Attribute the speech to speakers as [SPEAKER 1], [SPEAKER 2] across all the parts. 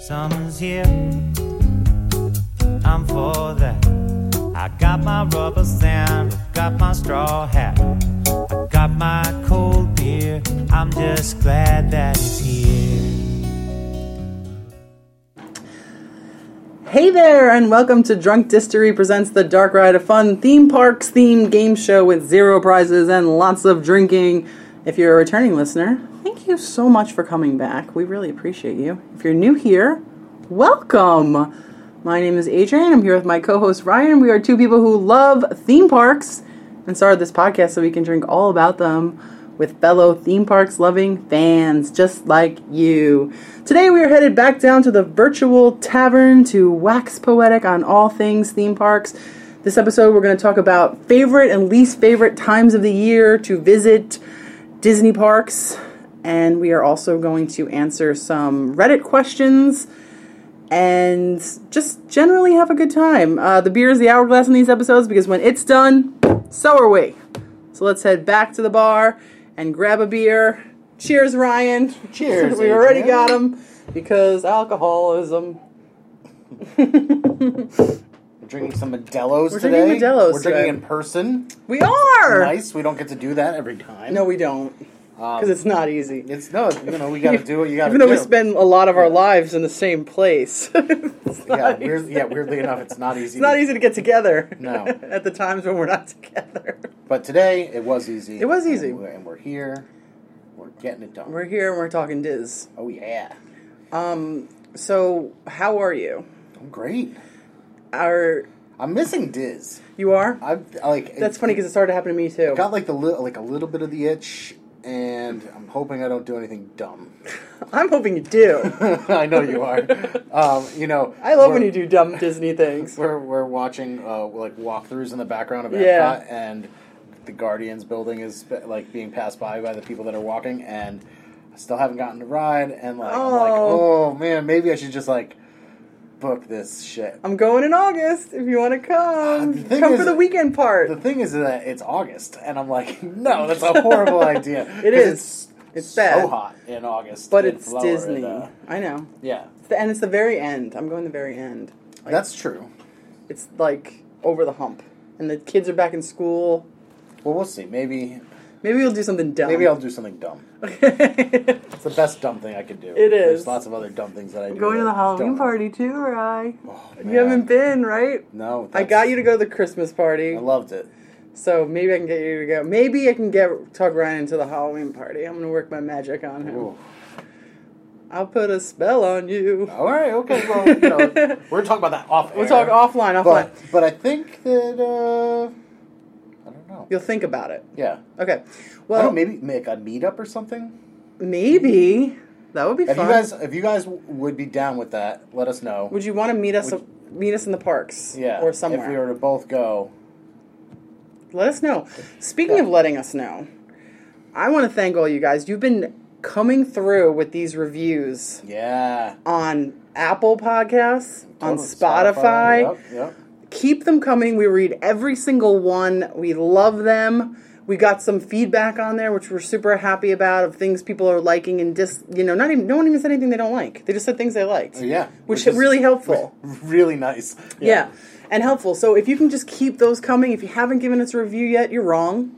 [SPEAKER 1] Summer's here, I'm for that. I got my rubber sand, got my straw hat, I got my cold beer. I'm just glad that it's here.
[SPEAKER 2] Hey there, and welcome to Drunk Distery presents the Dark Ride of Fun theme parks themed game show with zero prizes and lots of drinking. If you're a returning listener, thank you so much for coming back. We really appreciate you. If you're new here, welcome. My name is Adrian. I'm here with my co-host Ryan. We are two people who love theme parks and started this podcast so we can drink all about them with fellow theme parks loving fans just like you. Today we are headed back down to the virtual tavern to wax poetic on all things theme parks. This episode we're going to talk about favorite and least favorite times of the year to visit Disney parks and we are also going to answer some Reddit questions and just generally have a good time. Uh, the beer is the hourglass in these episodes because when it's done, so are we. So let's head back to the bar and grab a beer. Cheers, Ryan.
[SPEAKER 3] Cheers,
[SPEAKER 2] we already
[SPEAKER 3] Adrian.
[SPEAKER 2] got him because alcoholism.
[SPEAKER 3] We're drinking some Modelo's
[SPEAKER 2] We're
[SPEAKER 3] today.
[SPEAKER 2] drinking Modelo's
[SPEAKER 3] We're drinking
[SPEAKER 2] today.
[SPEAKER 3] in person.
[SPEAKER 2] We are.
[SPEAKER 3] Nice. We don't get to do that every time.
[SPEAKER 2] No, we don't because it's not easy.
[SPEAKER 3] it's no. You know, we got to do what you got to
[SPEAKER 2] Even
[SPEAKER 3] do.
[SPEAKER 2] though we spend a lot of our lives in the same place, it's not,
[SPEAKER 3] yeah,
[SPEAKER 2] easy.
[SPEAKER 3] weird, yeah. Weirdly enough, it's not easy.
[SPEAKER 2] It's not
[SPEAKER 3] to-
[SPEAKER 2] easy to get together.
[SPEAKER 3] No.
[SPEAKER 2] at the times when we're not together.
[SPEAKER 3] But today it was easy.
[SPEAKER 2] It was easy.
[SPEAKER 3] And we're, and we're here. We're getting it done.
[SPEAKER 2] We're here and we're talking Diz.
[SPEAKER 3] oh yeah.
[SPEAKER 2] So, how are you?
[SPEAKER 3] I'm great.
[SPEAKER 2] Are
[SPEAKER 3] I'm missing Diz.
[SPEAKER 2] you are?
[SPEAKER 3] I'm I like.
[SPEAKER 2] That's funny because it started happening to me too.
[SPEAKER 3] Got like the li- like a little bit of the itch, and I'm hoping I don't do anything dumb.
[SPEAKER 2] I'm hoping you do.
[SPEAKER 3] I know you are. um, you know,
[SPEAKER 2] I love
[SPEAKER 3] we're-
[SPEAKER 2] when you do dumb Disney things.
[SPEAKER 3] We're we're watching uh, like walkthroughs in the background of Epcot,
[SPEAKER 2] Yeah.
[SPEAKER 3] and the Guardians building is uh, like being passed by by the people that are walking, and I still haven't gotten to ride, and like I'm like,
[SPEAKER 2] Oh.
[SPEAKER 3] oh man, maybe I should just like book this shit.
[SPEAKER 2] I'm going in August if you want to come.
[SPEAKER 3] The thing
[SPEAKER 2] come
[SPEAKER 3] is-
[SPEAKER 2] for the weekend part.
[SPEAKER 3] The thing is that it's August, and I'm like, no, that's a horrible idea.
[SPEAKER 2] It
[SPEAKER 3] 'Cause
[SPEAKER 2] is. It's
[SPEAKER 3] so
[SPEAKER 2] bad.
[SPEAKER 3] hot in August,
[SPEAKER 2] but
[SPEAKER 3] in
[SPEAKER 2] it's
[SPEAKER 3] Florida.
[SPEAKER 2] Disney. I know.
[SPEAKER 3] Yeah,
[SPEAKER 2] It's the, and it's the very end. I'm going the very end.
[SPEAKER 3] that's true.
[SPEAKER 2] It's like over the hump. And the kids are back in school.
[SPEAKER 3] Well, we'll see. Maybe
[SPEAKER 2] Maybe we'll do something dumb.
[SPEAKER 3] maybe I'll do something dumb.
[SPEAKER 2] Okay.
[SPEAKER 3] It's the best dumb thing I could do.
[SPEAKER 2] It is.
[SPEAKER 3] There's lots of other dumb things that I do.
[SPEAKER 2] going to
[SPEAKER 3] that
[SPEAKER 2] the Halloween
[SPEAKER 3] don't-
[SPEAKER 2] party too, Rye.
[SPEAKER 3] Oh,
[SPEAKER 2] you
[SPEAKER 3] man.
[SPEAKER 2] haven't been, right?
[SPEAKER 3] No,
[SPEAKER 2] I
[SPEAKER 3] that's-
[SPEAKER 2] got you to go to the Christmas party.
[SPEAKER 3] I loved it.
[SPEAKER 2] So maybe I can get you to go. Maybe I can get Tug Ryan into the Halloween party. I'm gonna work my magic on him.
[SPEAKER 3] Ooh.
[SPEAKER 2] I'll put a spell on you.
[SPEAKER 3] All right, okay. Well, you know, we're talking about that off.
[SPEAKER 2] We'll talk offline. Offline.
[SPEAKER 3] But, but I think that uh, I don't know.
[SPEAKER 2] You'll think about it.
[SPEAKER 3] Yeah.
[SPEAKER 2] Okay.
[SPEAKER 3] I
[SPEAKER 2] Well,
[SPEAKER 3] don't know, maybe make a meetup or something.
[SPEAKER 2] maybe that would be
[SPEAKER 3] If
[SPEAKER 2] fun.
[SPEAKER 3] you guys, if you guys would be down with that, let us know.
[SPEAKER 2] would you want to meet us?
[SPEAKER 3] Would-
[SPEAKER 2] meet us in the parks.
[SPEAKER 3] yeah.
[SPEAKER 2] Or
[SPEAKER 3] If we
[SPEAKER 2] somewhere.
[SPEAKER 3] were to both go,
[SPEAKER 2] Let us know. Speaking
[SPEAKER 3] Yeah.
[SPEAKER 2] of letting us know, I want to thank all you guys. You've been coming through with these reviews
[SPEAKER 3] yeah.
[SPEAKER 2] on Apple Podcasts, on
[SPEAKER 3] Totally.
[SPEAKER 2] Spotify.
[SPEAKER 3] Yep, yep.
[SPEAKER 2] keep them coming. We read every single one. We love them. We got some feedback on there, which we're super happy about, of things people are liking and dis. You know, not even no one even said anything they don't like. They just said things they liked.
[SPEAKER 3] Oh, Yeah.
[SPEAKER 2] which,
[SPEAKER 3] is
[SPEAKER 2] is really helpful.
[SPEAKER 3] Really nice.
[SPEAKER 2] Yeah. and helpful. So if you can just keep those coming. If you haven't given us a review yet, you're wrong.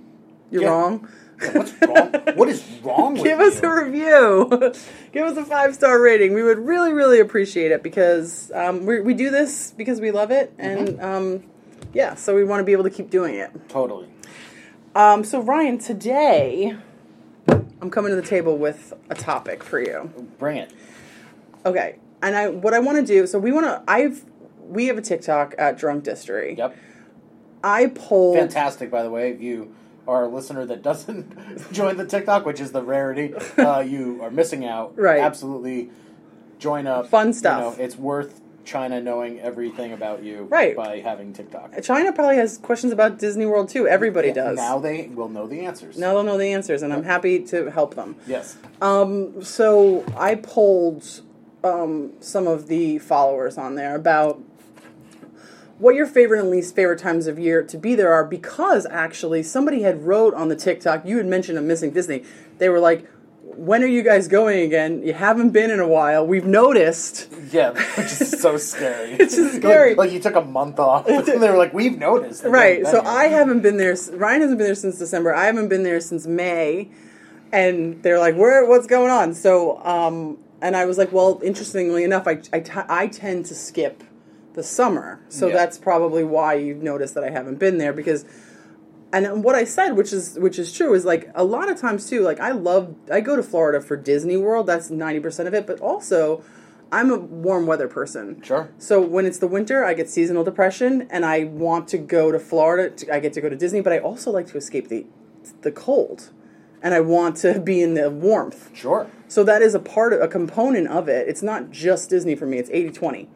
[SPEAKER 2] You're
[SPEAKER 3] Yeah.
[SPEAKER 2] wrong.
[SPEAKER 3] What's wrong? What is wrong with
[SPEAKER 2] Give us
[SPEAKER 3] you?
[SPEAKER 2] a review. Give us a five star rating. We would really, really appreciate it because um, we we do this because we love it, and
[SPEAKER 3] Mm-hmm.
[SPEAKER 2] um, yeah, so we want to be able to keep doing it.
[SPEAKER 3] Totally.
[SPEAKER 2] Um, so Ryan, today I'm coming to the table with a topic for you.
[SPEAKER 3] Bring it.
[SPEAKER 2] Okay, and I what I want to do. So we want to. I've we have a TikTok at Drunk Distery.
[SPEAKER 3] Yep.
[SPEAKER 2] I polled.
[SPEAKER 3] Fantastic, by the way. If you are a listener that doesn't join the TikTok, which is the rarity, uh, you are missing out.
[SPEAKER 2] Right.
[SPEAKER 3] Absolutely. Join up.
[SPEAKER 2] Fun
[SPEAKER 3] You
[SPEAKER 2] stuff.
[SPEAKER 3] know, it's worth China knowing everything about you
[SPEAKER 2] Right.
[SPEAKER 3] by having TikTok.
[SPEAKER 2] China probably has questions about Disney World too. Everybody does.
[SPEAKER 3] Now they will know the answers.
[SPEAKER 2] now they'll know the answers, and I'm happy to help them.
[SPEAKER 3] Yes.
[SPEAKER 2] So I polled um, some of the followers on there about what your favorite and least favorite times of year to be there are because actually somebody had wrote on the TikTok you had mentioned a missing Disney. They were like, when are you guys going again? You haven't been in a while. We've noticed.
[SPEAKER 3] Yeah, which is so scary.
[SPEAKER 2] It's just scary.
[SPEAKER 3] Like, like you took a month off, and they were like, "We've noticed." They
[SPEAKER 2] Right.
[SPEAKER 3] haven't
[SPEAKER 2] So
[SPEAKER 3] been
[SPEAKER 2] I
[SPEAKER 3] here.
[SPEAKER 2] haven't been there. s- Ryan hasn't been there since December. I haven't been there since May, and they're like, "Where? What's going on?" So, um, and I was like, "Well, interestingly enough, I I, t- I tend to skip the summer, so
[SPEAKER 3] Yeah.
[SPEAKER 2] that's probably why you've noticed that I haven't been there because." And what I said, which is which is true, is like a lot of times too. Like I love, I go to Florida for Disney World. That's ninety percent of it. But also, I'm a warm weather person.
[SPEAKER 3] Sure.
[SPEAKER 2] So when it's the winter, I get seasonal depression, and I want to go to Florida. To, I get to go to Disney, but I also like to escape the the cold, and I want to be in the warmth.
[SPEAKER 3] Sure.
[SPEAKER 2] So that is a part of a component of it. It's not just Disney for me. It's 80-20.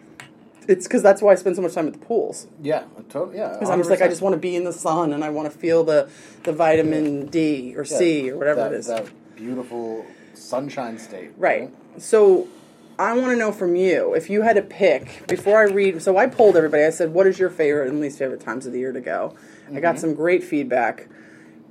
[SPEAKER 2] It's because that's why I spend so much time at the pools.
[SPEAKER 3] Yeah. Totally. Yeah.
[SPEAKER 2] Because I'm just like I just want to be in the sun and I want to feel the the vitamin D or C or whatever
[SPEAKER 3] that,
[SPEAKER 2] it is.
[SPEAKER 3] That beautiful sunshine state.
[SPEAKER 2] Right. So I want to know from you if you had to pick before I read. So I polled everybody. I said, "What is your favorite and least favorite times of the year to go?" I
[SPEAKER 3] Mm-hmm.
[SPEAKER 2] got some great feedback.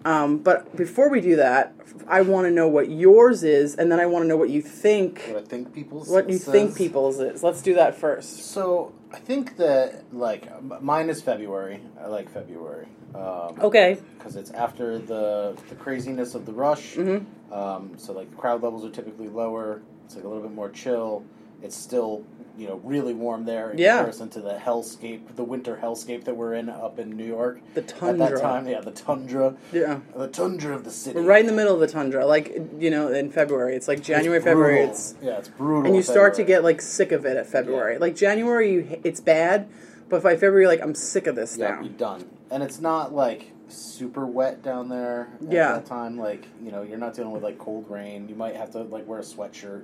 [SPEAKER 2] Um, but before we do that, I want to know what yours is, and then I want to know what you think.
[SPEAKER 3] What I think people's.
[SPEAKER 2] What you
[SPEAKER 3] says-
[SPEAKER 2] think people's is. Let's do that first.
[SPEAKER 3] So I think that like m- mine is February. I like February. Um,
[SPEAKER 2] Okay.
[SPEAKER 3] because it's after the, the craziness of the rush.
[SPEAKER 2] Mm-hmm.
[SPEAKER 3] Um, so like the crowd levels are typically lower. It's like a little bit more chill. It's still you know really warm there in
[SPEAKER 2] Yeah.
[SPEAKER 3] comparison to the hellscape, the winter hellscape that we're in up in New York.
[SPEAKER 2] The
[SPEAKER 3] at
[SPEAKER 2] tundra.
[SPEAKER 3] that time, yeah, the tundra,
[SPEAKER 2] Yeah.
[SPEAKER 3] the tundra of the city.
[SPEAKER 2] We're right in the middle of the tundra, like you know, in February. It's like
[SPEAKER 3] It's
[SPEAKER 2] January, February.
[SPEAKER 3] brutal.
[SPEAKER 2] It's
[SPEAKER 3] yeah, it's brutal.
[SPEAKER 2] and you
[SPEAKER 3] in
[SPEAKER 2] start to
[SPEAKER 3] February.
[SPEAKER 2] get like sick of it at February. Like January, you, h- it's bad, but by February, you're like I'm sick of this
[SPEAKER 3] Yeah,
[SPEAKER 2] now.
[SPEAKER 3] you're done. And it's not like super wet down there at
[SPEAKER 2] Yeah.
[SPEAKER 3] that time. Like, you know, you're not dealing with like cold rain. You might have to like wear a sweatshirt.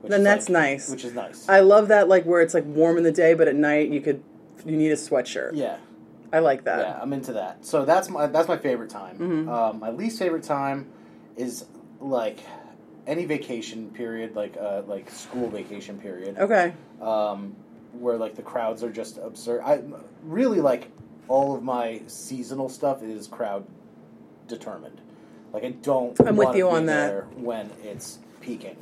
[SPEAKER 3] Which
[SPEAKER 2] Then
[SPEAKER 3] is,
[SPEAKER 2] that's
[SPEAKER 3] like-
[SPEAKER 2] nice.
[SPEAKER 3] Which is nice.
[SPEAKER 2] I love that like where it's like warm in the day, but at night you could you need a sweatshirt.
[SPEAKER 3] yeah.
[SPEAKER 2] I like that.
[SPEAKER 3] Yeah, I'm into that. So that's my that's my favorite time.
[SPEAKER 2] Mm-hmm.
[SPEAKER 3] Um, my least favorite time is like any vacation period, like uh, like school vacation period.
[SPEAKER 2] Okay.
[SPEAKER 3] um, where like the crowds are just absurd. I really like all of my seasonal stuff is crowd determined. Like I don't.
[SPEAKER 2] I'm with
[SPEAKER 3] wanna
[SPEAKER 2] you
[SPEAKER 3] be
[SPEAKER 2] on that.
[SPEAKER 3] there when it's peaking.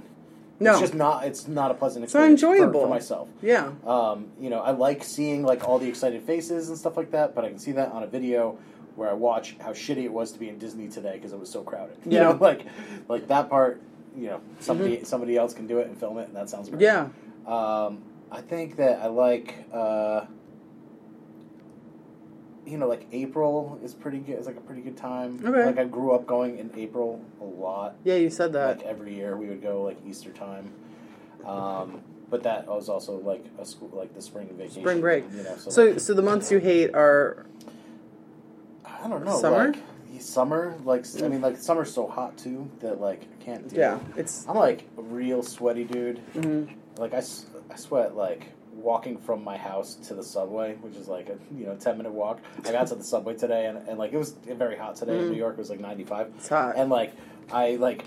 [SPEAKER 2] No.
[SPEAKER 3] it's just not. It's not a pleasant
[SPEAKER 2] not
[SPEAKER 3] experience. for-
[SPEAKER 2] enjoyable.
[SPEAKER 3] for myself.
[SPEAKER 2] Yeah.
[SPEAKER 3] Um, you know, I like seeing like all the excited faces and stuff like that, but I can see that on a video where I watch how shitty it was to be in Disney today because it was so crowded. You
[SPEAKER 2] Yeah. Mm-hmm.
[SPEAKER 3] know, like like that part. You know, somebody somebody else can do it and film it, and that sounds great.
[SPEAKER 2] Yeah.
[SPEAKER 3] Um, I think that I like, uh, you know, like April is pretty good. It's like a pretty good time.
[SPEAKER 2] Okay.
[SPEAKER 3] Like I grew up going in April a lot.
[SPEAKER 2] Yeah, you said that.
[SPEAKER 3] Like every year we would go like Easter time. Um, but that was also like a school, like the spring vacation.
[SPEAKER 2] Spring break.
[SPEAKER 3] You know, so,
[SPEAKER 2] So
[SPEAKER 3] like,
[SPEAKER 2] so the months you hate are
[SPEAKER 3] I don't know.
[SPEAKER 2] summer?
[SPEAKER 3] Like, summer, like I mean, like summer's so hot too that like I can't. Deal.
[SPEAKER 2] yeah, it's
[SPEAKER 3] I'm like a real sweaty dude.
[SPEAKER 2] Mm-hmm.
[SPEAKER 3] Like I, s- I sweat like walking from my house to the subway, which is like a you know ten minute walk. I got to the subway today, and, and like it was very hot today in New York. It was like ninety five.
[SPEAKER 2] Mm-hmm. It's hot.
[SPEAKER 3] And like I like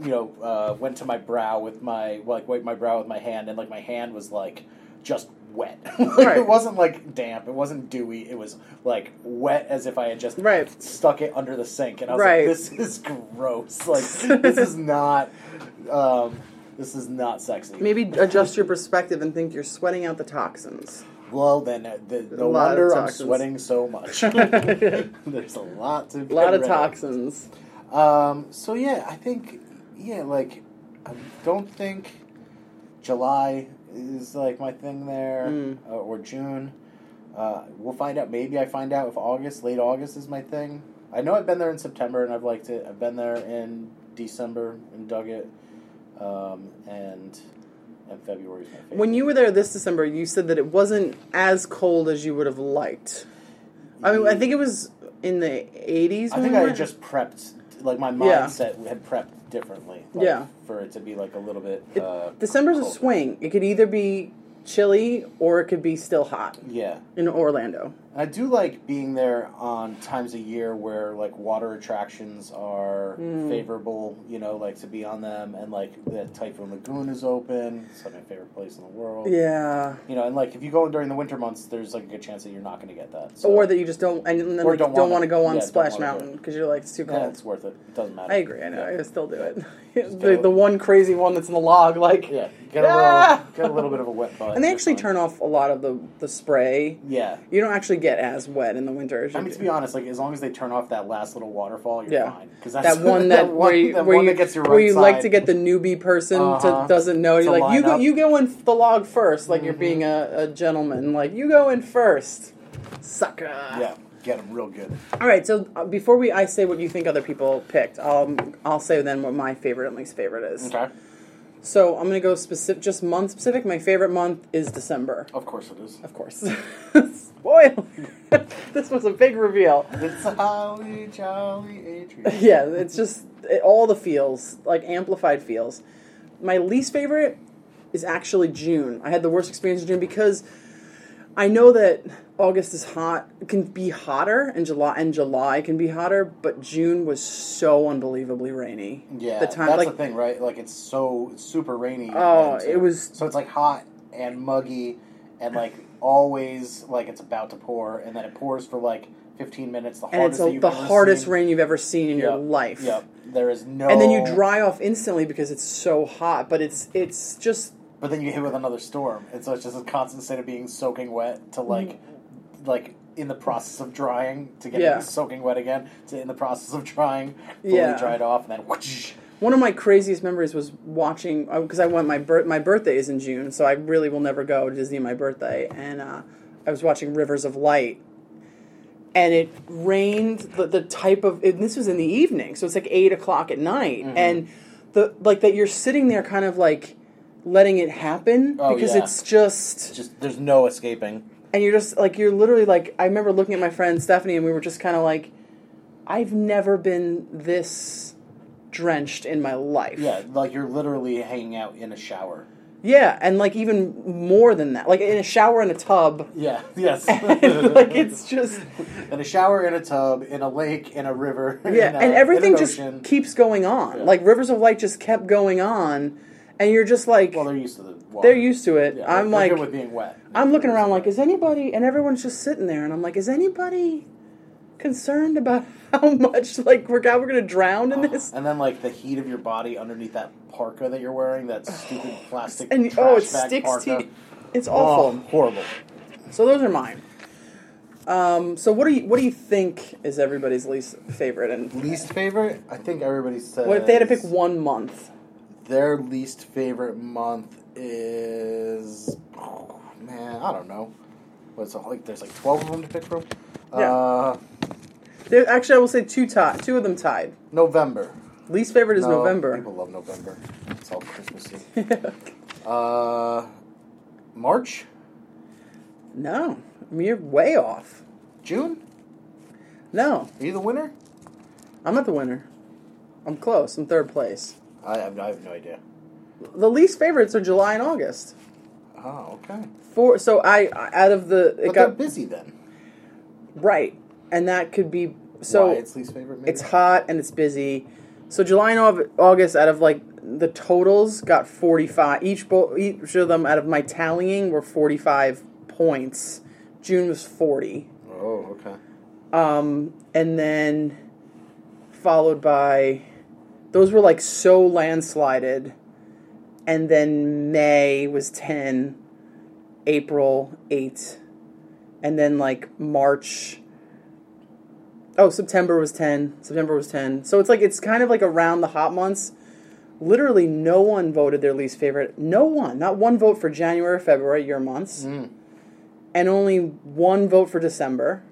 [SPEAKER 3] you know uh, went to my brow with my like wiped my brow with my hand, and like my hand was like just wet. like,
[SPEAKER 2] Right.
[SPEAKER 3] It wasn't like damp. It wasn't dewy. It was like wet as if I had just
[SPEAKER 2] Right.
[SPEAKER 3] stuck it under the sink, and I was
[SPEAKER 2] Right.
[SPEAKER 3] like, this is gross. Like this is not. Um, this is not sexy.
[SPEAKER 2] maybe adjust your perspective and think you're sweating out the toxins.
[SPEAKER 3] Well, then, uh, the, no
[SPEAKER 2] lot of
[SPEAKER 3] wonder I'm
[SPEAKER 2] toxins.
[SPEAKER 3] sweating so much. There's a lot to.
[SPEAKER 2] A lot of
[SPEAKER 3] rid
[SPEAKER 2] toxins.
[SPEAKER 3] Um. So yeah, I think yeah, like I don't think July is like my thing there,
[SPEAKER 2] Hmm.
[SPEAKER 3] uh, or June. Uh, we'll find out. Maybe I find out if August, late August, is my thing. I know I've been there in September and I've liked it. I've been there in December and dug it, um, and and February's my favorite.
[SPEAKER 2] When you were there this December, you said that it wasn't as cold as you would have liked. I mean, I think it was in the 80s.
[SPEAKER 3] Mm. I
[SPEAKER 2] when
[SPEAKER 3] think
[SPEAKER 2] we
[SPEAKER 3] I
[SPEAKER 2] went.
[SPEAKER 3] had just prepped, like my
[SPEAKER 2] Yeah.
[SPEAKER 3] mindset had prepped differently. like,
[SPEAKER 2] Yeah.
[SPEAKER 3] For it to be like a little bit.
[SPEAKER 2] It-
[SPEAKER 3] uh,
[SPEAKER 2] December's a
[SPEAKER 3] colder.
[SPEAKER 2] swing. It could either be chilly or it could be still hot
[SPEAKER 3] Yeah.
[SPEAKER 2] in Orlando.
[SPEAKER 3] I do like being there on times a year where like water attractions are
[SPEAKER 2] Hmm.
[SPEAKER 3] favorable, you know, like to be on them, and like the Typhoon Lagoon is open. It's like my favorite place in the world.
[SPEAKER 2] Yeah.
[SPEAKER 3] You know, and like if you go in during the winter months, there's like a good chance that you're not going to get that. So,
[SPEAKER 2] Or that you just don't and then
[SPEAKER 3] Or
[SPEAKER 2] like,
[SPEAKER 3] don't
[SPEAKER 2] don't, want
[SPEAKER 3] wanna-
[SPEAKER 2] to go on
[SPEAKER 3] yeah, don't
[SPEAKER 2] Splash
[SPEAKER 3] wanna do it.
[SPEAKER 2] Mountain because you're like it's too cold.
[SPEAKER 3] yeah, it's worth it. It doesn't matter.
[SPEAKER 2] I agree. I know. I still do it.
[SPEAKER 3] do
[SPEAKER 2] the,
[SPEAKER 3] it.
[SPEAKER 2] the one crazy one that's in the log, like.
[SPEAKER 3] Yeah, get a
[SPEAKER 2] Ah!
[SPEAKER 3] little, get a little bit of a wet butt.
[SPEAKER 2] And they
[SPEAKER 3] You're
[SPEAKER 2] actually
[SPEAKER 3] fine.
[SPEAKER 2] turn off a lot of the the spray.
[SPEAKER 3] Yeah,
[SPEAKER 2] You don't actually get as wet in the winter. as
[SPEAKER 3] I
[SPEAKER 2] you
[SPEAKER 3] mean, to
[SPEAKER 2] do.
[SPEAKER 3] be honest, like as long as they turn off that last little waterfall, you're
[SPEAKER 2] Yeah.
[SPEAKER 3] fine. Because
[SPEAKER 2] that one that, where you, where you,
[SPEAKER 3] gets your right
[SPEAKER 2] where you like
[SPEAKER 3] side.
[SPEAKER 2] to get the newbie person
[SPEAKER 3] Uh-huh.
[SPEAKER 2] to doesn't know. You're
[SPEAKER 3] To
[SPEAKER 2] like you
[SPEAKER 3] line
[SPEAKER 2] go
[SPEAKER 3] up. Mm-hmm.
[SPEAKER 2] you go in f- the log first, like you're being a, a gentleman. Like you go in first, sucker.
[SPEAKER 3] Yeah, get them real good.
[SPEAKER 2] All right. So uh, before we, I say what you think other people picked. I'll I'll say then what my favorite and least favorite is.
[SPEAKER 3] Okay,
[SPEAKER 2] So I'm gonna go specific, just month specific. My favorite month is December,
[SPEAKER 3] of course it is.
[SPEAKER 2] of course. Spoiler. this was a big reveal.
[SPEAKER 3] It's a holly jolly Adrian.
[SPEAKER 2] Yeah, it's just it, all the feels, like amplified feels. My least favorite is actually June. I had the worst experience in June because I know that August is hot, can be hotter, and July and July can be hotter, but June was so unbelievably rainy.
[SPEAKER 3] Yeah,
[SPEAKER 2] the time
[SPEAKER 3] that's
[SPEAKER 2] like
[SPEAKER 3] the thing, right? Like it's so it's super rainy.
[SPEAKER 2] Oh,
[SPEAKER 3] and so-
[SPEAKER 2] it was-
[SPEAKER 3] so it's like hot and muggy, and like always like it's about to pour, and then it pours for like 15 minutes. The
[SPEAKER 2] and it's
[SPEAKER 3] hardest that
[SPEAKER 2] a,
[SPEAKER 3] you've
[SPEAKER 2] the
[SPEAKER 3] ever
[SPEAKER 2] hardest
[SPEAKER 3] seen.
[SPEAKER 2] rain you've ever seen in your
[SPEAKER 3] Yep,
[SPEAKER 2] life.
[SPEAKER 3] Yep, Oh. there is no.
[SPEAKER 2] And then you dry off instantly because it's so hot, but it's it's just
[SPEAKER 3] But then you hit with another storm, and so it's just a constant state of being soaking wet
[SPEAKER 2] Mm-hmm.
[SPEAKER 3] to like, like in the process of drying to get
[SPEAKER 2] Yeah.
[SPEAKER 3] soaking wet again to in the process of drying, fully
[SPEAKER 2] Yeah.
[SPEAKER 3] dried off, and then whoosh,
[SPEAKER 2] One of my craziest memories was watching because I went my bir- my birthday is in June, so I really will never go to Disney on my birthday, and uh, I was watching Rivers of Light, and it rained the, the type of and this was in the evening, so it's like eight o'clock at night,
[SPEAKER 3] Mm-hmm.
[SPEAKER 2] and the like that you're sitting there kind of like letting it happen
[SPEAKER 3] Oh,
[SPEAKER 2] because
[SPEAKER 3] yeah.
[SPEAKER 2] it's just
[SPEAKER 3] just there's no escaping.
[SPEAKER 2] and you're just like you're literally like I remember looking at my friend Stephanie and we were just kind of like I've never been this drenched in my life.
[SPEAKER 3] Yeah, like you're literally hanging out in a shower.
[SPEAKER 2] Yeah, and like even more than that. Like in a shower in a tub.
[SPEAKER 3] Yeah, yes,
[SPEAKER 2] like it's just
[SPEAKER 3] in a shower, in a tub, in a lake, in a river.
[SPEAKER 2] yeah,
[SPEAKER 3] in a-
[SPEAKER 2] and everything
[SPEAKER 3] in an
[SPEAKER 2] just
[SPEAKER 3] ocean.
[SPEAKER 2] keeps going on. Like rivers of light just kept going on and you're just like
[SPEAKER 3] Well,
[SPEAKER 2] they're,
[SPEAKER 3] they're used to the water.
[SPEAKER 2] used to it.
[SPEAKER 3] Yeah,
[SPEAKER 2] I'm
[SPEAKER 3] they're
[SPEAKER 2] like
[SPEAKER 3] good with being wet.
[SPEAKER 2] I'm looking around like, is anybody? And everyone's just sitting there, and I'm like, is anybody concerned about how much like we're God, we're gonna drown in this?
[SPEAKER 3] And then like the heat of your body underneath that parka that you're wearing, that stupid plastic
[SPEAKER 2] And
[SPEAKER 3] trash
[SPEAKER 2] oh, it
[SPEAKER 3] bag
[SPEAKER 2] sticks
[SPEAKER 3] parka.
[SPEAKER 2] to you. It's
[SPEAKER 3] Oh,
[SPEAKER 2] awful.
[SPEAKER 3] horrible.
[SPEAKER 2] So those are mine. Um, so what do you what do you think is everybody's least favorite? And
[SPEAKER 3] Least favorite? I think everybody says.
[SPEAKER 2] what if they had to pick one month?
[SPEAKER 3] Their least favorite month is man, I don't know. What's it, like? There's like twelve of them to pick from.
[SPEAKER 2] Yeah.
[SPEAKER 3] Uh,
[SPEAKER 2] There, actually, I will say two tied, two of them tied.
[SPEAKER 3] November.
[SPEAKER 2] Least favorite is
[SPEAKER 3] No,
[SPEAKER 2] November.
[SPEAKER 3] People love November. It's all Christmassy. uh, March,
[SPEAKER 2] No, you're way off.
[SPEAKER 3] June.
[SPEAKER 2] No,
[SPEAKER 3] Are you the winner?
[SPEAKER 2] I'm not the winner. I'm close. I'm third place.
[SPEAKER 3] I, I have- I have no idea.
[SPEAKER 2] The least favorites are July and August.
[SPEAKER 3] Oh, okay.
[SPEAKER 2] Four. So I I- out of the it
[SPEAKER 3] But they're
[SPEAKER 2] got
[SPEAKER 3] busy then.
[SPEAKER 2] right, and that could be so
[SPEAKER 3] Why it's least favorite. Maybe?
[SPEAKER 2] it's hot and it's busy. So July and Au- August out of like the totals got forty five. Each bo- each of them out of my tallying were forty five points. June was forty,
[SPEAKER 3] Oh, okay.
[SPEAKER 2] um, and then followed by those were like so landslided, and then May was ten, April eight, and then like March. Oh, September was ten. September was ten. So it's like it's kind of like around the hot months. Literally, no one voted their least favorite. No one, not one vote for January, February, your months, and only one vote for December,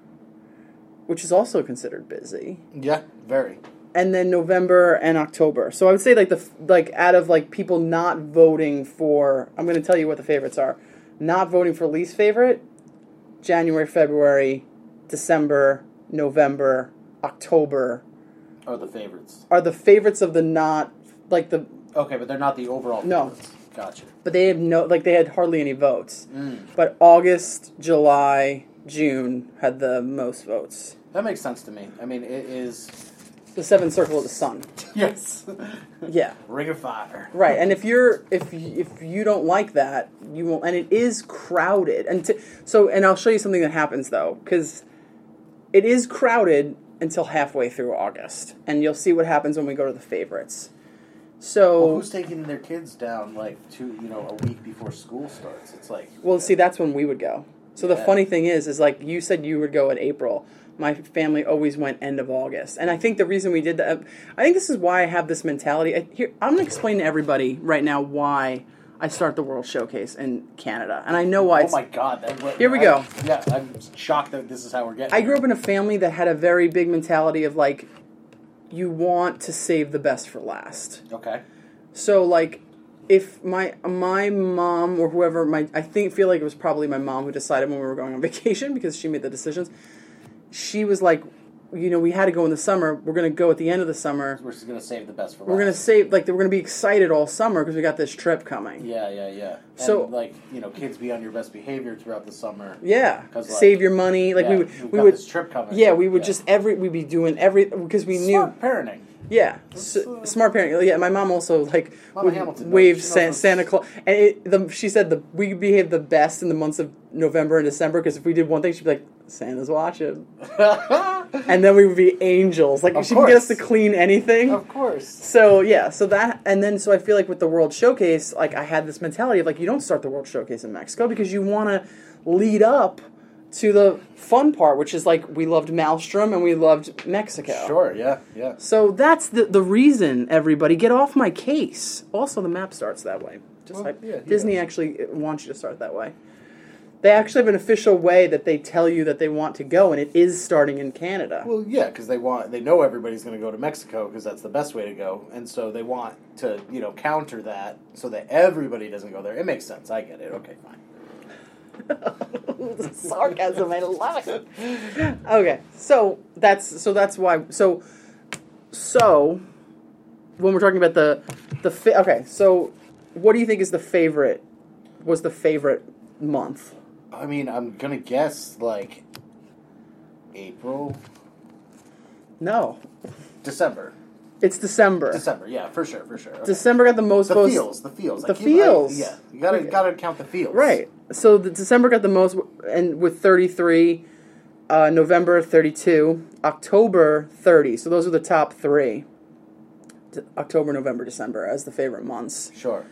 [SPEAKER 2] which is also considered busy
[SPEAKER 3] Yeah, very.
[SPEAKER 2] and then November and October. So I would say like the f- like out of like people not voting for I'm going to tell you what the favorites are. Not voting for least favorite January, February, December, November, October
[SPEAKER 3] Are the favorites.
[SPEAKER 2] are the favorites of the not like the
[SPEAKER 3] Okay, but they're not the overall
[SPEAKER 2] No.
[SPEAKER 3] favorites. Gotcha.
[SPEAKER 2] but they have no like they had hardly any votes. But August, July, June had the most votes.
[SPEAKER 3] That makes sense to me. I mean, it is.
[SPEAKER 2] The seventh circle of the sun.
[SPEAKER 3] Yes.
[SPEAKER 2] Yeah.
[SPEAKER 3] Ring of Fire.
[SPEAKER 2] Right, and if you're if y- if you don't like that, you won't. And it is crowded, and t- so and I'll show you something that happens though, because it is crowded until halfway through August, and you'll see what happens when we go to the favorites. So
[SPEAKER 3] Well, who's taking their kids down like to you know a week before school starts? It's like
[SPEAKER 2] Well, see, that's when we would go. So the
[SPEAKER 3] Yeah.
[SPEAKER 2] funny thing is, is like you said, you would go in April. My family always went end of August, and I think the reason we did that, I think this is why I have this mentality. I, here, I'm gonna explain to everybody right now why I start the World Showcase in Canada, and I know why.
[SPEAKER 3] oh
[SPEAKER 2] it's,
[SPEAKER 3] my god. That, what,
[SPEAKER 2] Here we
[SPEAKER 3] I-
[SPEAKER 2] go.
[SPEAKER 3] Yeah, I'm shocked that this is how we're getting.
[SPEAKER 2] I grew
[SPEAKER 3] here.
[SPEAKER 2] up in a family that had a very big mentality of like, you want to save the best for last.
[SPEAKER 3] Okay.
[SPEAKER 2] So like if my my mom or whoever my I think feel like it was probably my mom who decided when we were going on vacation because she made the decisions. She was like, you know, we had to go in the summer. We're going to go at the end of the summer.
[SPEAKER 3] We're just gonna save the best for.
[SPEAKER 2] We're going to
[SPEAKER 3] last.
[SPEAKER 2] save like we're going to be excited all summer because we got this trip coming.
[SPEAKER 3] Yeah, yeah, yeah. And,
[SPEAKER 2] So-
[SPEAKER 3] like you know, kids be on your best behavior throughout the summer.
[SPEAKER 2] Yeah.
[SPEAKER 3] 'Cause, like,
[SPEAKER 2] save your money. Like we
[SPEAKER 3] yeah,
[SPEAKER 2] would
[SPEAKER 3] we've
[SPEAKER 2] we
[SPEAKER 3] got
[SPEAKER 2] would
[SPEAKER 3] this trip coming.
[SPEAKER 2] Yeah, we would
[SPEAKER 3] Yeah.
[SPEAKER 2] just every we'd be doing every because we knew
[SPEAKER 3] Smart parenting.
[SPEAKER 2] Yeah, S
[SPEAKER 3] uh,
[SPEAKER 2] smart parenting. Yeah, my mom also like
[SPEAKER 3] Mama
[SPEAKER 2] would
[SPEAKER 3] Hamilton knows.
[SPEAKER 2] waved
[SPEAKER 3] She
[SPEAKER 2] San,
[SPEAKER 3] knows.
[SPEAKER 2] Santa Claus, and it, the, she said the we behaved the best in the months of November and December because if we did one thing, she'd be like, "Santa's watching," and then we would be angels. Like
[SPEAKER 3] Of
[SPEAKER 2] she would get us to
[SPEAKER 3] course.
[SPEAKER 2] clean anything.
[SPEAKER 3] of course.
[SPEAKER 2] So yeah, so that and then so I feel like with the World Showcase, like I had this mentality of like you don't start the World Showcase in Mexico because you want to lead up to the fun part, which is like we loved Maelstrom and we loved Mexico.
[SPEAKER 3] Sure. Yeah. Yeah.
[SPEAKER 2] So that's the the reason, everybody. Get off my case. Also, the map starts that way. Just
[SPEAKER 3] Well,
[SPEAKER 2] like
[SPEAKER 3] yeah, he
[SPEAKER 2] Disney
[SPEAKER 3] does.
[SPEAKER 2] actually uh, wants you to start that way. They actually have an official way that they tell you that they want to go, and it is starting in Canada.
[SPEAKER 3] Well, yeah, because they want they know everybody's going to go to Mexico because that's the best way to go, and so they want to you know counter that so that everybody doesn't go there. It makes sense. I get it. Okay, fine.
[SPEAKER 2] sarcasm. I love it. Okay, so that's so that's why so so when we're talking about the the fa- okay, so what do you think is the favorite? Was the favorite month?
[SPEAKER 3] I mean, I'm gonna guess like April,
[SPEAKER 2] No,
[SPEAKER 3] December,
[SPEAKER 2] it's December.
[SPEAKER 3] December. Yeah, for sure, for sure. Okay.
[SPEAKER 2] December got the most
[SPEAKER 3] the
[SPEAKER 2] votes.
[SPEAKER 3] feels, the feels, I
[SPEAKER 2] The
[SPEAKER 3] keep- I-
[SPEAKER 2] feels.
[SPEAKER 3] yeah, you gotta gotta count the feels.
[SPEAKER 2] Right. So the December got the most, and with 33, uh, November 32, October 30. So those are the top three. D- October, November, December as the favorite months,
[SPEAKER 3] Sure.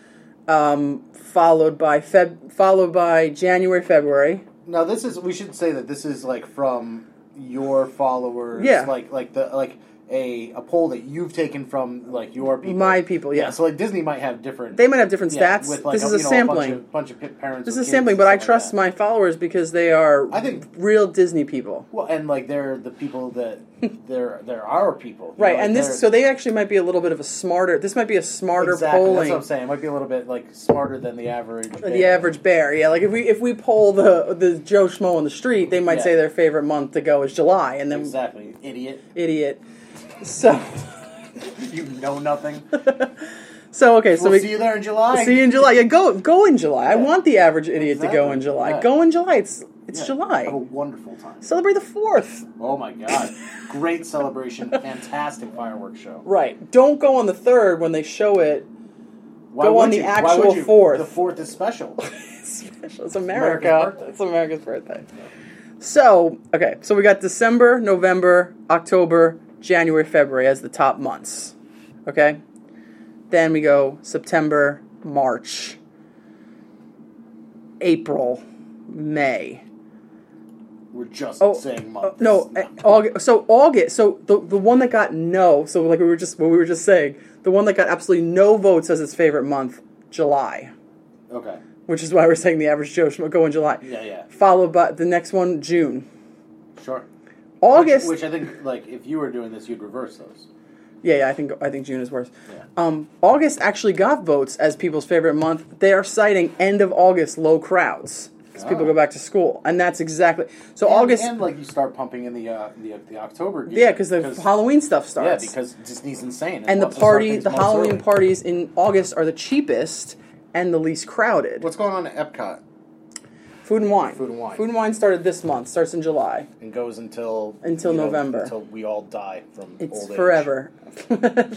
[SPEAKER 2] followed by Feb, followed by January, February.
[SPEAKER 3] Now this is we should say that this is like from your followers.
[SPEAKER 2] Yeah.
[SPEAKER 3] Like like the like a a poll that you've taken from like your people.
[SPEAKER 2] My people, yeah.
[SPEAKER 3] So like Disney might have different.
[SPEAKER 2] They might have different
[SPEAKER 3] yeah,
[SPEAKER 2] stats.
[SPEAKER 3] with, like,
[SPEAKER 2] this is a
[SPEAKER 3] you know,
[SPEAKER 2] sampling.
[SPEAKER 3] A bunch of, bunch of parents.
[SPEAKER 2] this is a sampling, but I trust my followers because they are
[SPEAKER 3] I think-
[SPEAKER 2] real Disney people.
[SPEAKER 3] Well, and like they're the people that they're they're our people. you
[SPEAKER 2] Right,
[SPEAKER 3] know, like,
[SPEAKER 2] and
[SPEAKER 3] they're-
[SPEAKER 2] this so they actually might be a little bit of a smarter. This might be a smarter
[SPEAKER 3] exactly,
[SPEAKER 2] polling.
[SPEAKER 3] That's what I'm saying. It might be a little bit like smarter than the average.
[SPEAKER 2] the average bear. Yeah, like if we if we poll the the Joe Schmo on the street, they might
[SPEAKER 3] Yeah.
[SPEAKER 2] say their favorite month to go is July, and then
[SPEAKER 3] Exactly, idiot.
[SPEAKER 2] idiot. So
[SPEAKER 3] You know nothing.
[SPEAKER 2] so okay, so
[SPEAKER 3] we'll
[SPEAKER 2] we
[SPEAKER 3] see you there in July.
[SPEAKER 2] see you in July. Yeah, go go in July. I want the average idiot to go
[SPEAKER 3] Exactly.
[SPEAKER 2] in July.
[SPEAKER 3] Yeah.
[SPEAKER 2] Go in July. It's it's
[SPEAKER 3] Yeah, Oh. Have a
[SPEAKER 2] July.
[SPEAKER 3] wonderful time.
[SPEAKER 2] Celebrate the fourth.
[SPEAKER 3] Oh my god. Great celebration. Fantastic fireworks show.
[SPEAKER 2] Right. Don't go on the third when they show it.
[SPEAKER 3] Why
[SPEAKER 2] Go
[SPEAKER 3] would
[SPEAKER 2] on the
[SPEAKER 3] you? Why
[SPEAKER 2] actual
[SPEAKER 3] would you?
[SPEAKER 2] fourth.
[SPEAKER 3] The fourth is special.
[SPEAKER 2] It's special. It's
[SPEAKER 3] America's
[SPEAKER 2] America.
[SPEAKER 3] birthday.
[SPEAKER 2] it's America's birthday. So okay, so we got December, November, October, January, February as the top months. Okay, then we go September, March, April, May.
[SPEAKER 3] We're just
[SPEAKER 2] Oh,
[SPEAKER 3] saying
[SPEAKER 2] Uh,
[SPEAKER 3] months.
[SPEAKER 2] no, August. So August. So the the one that got no. So like we were just what we were just saying, the one that got absolutely no votes as its favorite month, July, oh.
[SPEAKER 3] Okay.
[SPEAKER 2] which is why we're saying the average Joe Schmo go in July.
[SPEAKER 3] Yeah, yeah.
[SPEAKER 2] Followed by the next one, June.
[SPEAKER 3] Sure.
[SPEAKER 2] August.
[SPEAKER 3] Which I think, like, if you were doing this, you'd reverse those.
[SPEAKER 2] yeah, yeah, I think I think June is worse.
[SPEAKER 3] Yeah.
[SPEAKER 2] Um, August actually got votes as people's favorite month. They are citing end of August low crowds as people
[SPEAKER 3] Oh.
[SPEAKER 2] go back to school, and that's exactly so.
[SPEAKER 3] And-
[SPEAKER 2] August,
[SPEAKER 3] And, like, you start pumping in the uh, the, the October gear.
[SPEAKER 2] yeah, because the Halloween stuff
[SPEAKER 3] Yeah,
[SPEAKER 2] starts.
[SPEAKER 3] because Disney's insane.
[SPEAKER 2] and the
[SPEAKER 3] wants to start
[SPEAKER 2] party,
[SPEAKER 3] things
[SPEAKER 2] the
[SPEAKER 3] months
[SPEAKER 2] Halloween
[SPEAKER 3] early.
[SPEAKER 2] parties in August are the cheapest and the least crowded.
[SPEAKER 3] What's going on at Epcot?
[SPEAKER 2] Food and wine.
[SPEAKER 3] Food and Wine.
[SPEAKER 2] Food and wine started this month. Starts in July.
[SPEAKER 3] and goes until
[SPEAKER 2] Until
[SPEAKER 3] you know,
[SPEAKER 2] November.
[SPEAKER 3] until we all die from
[SPEAKER 2] It's
[SPEAKER 3] old age.
[SPEAKER 2] forever.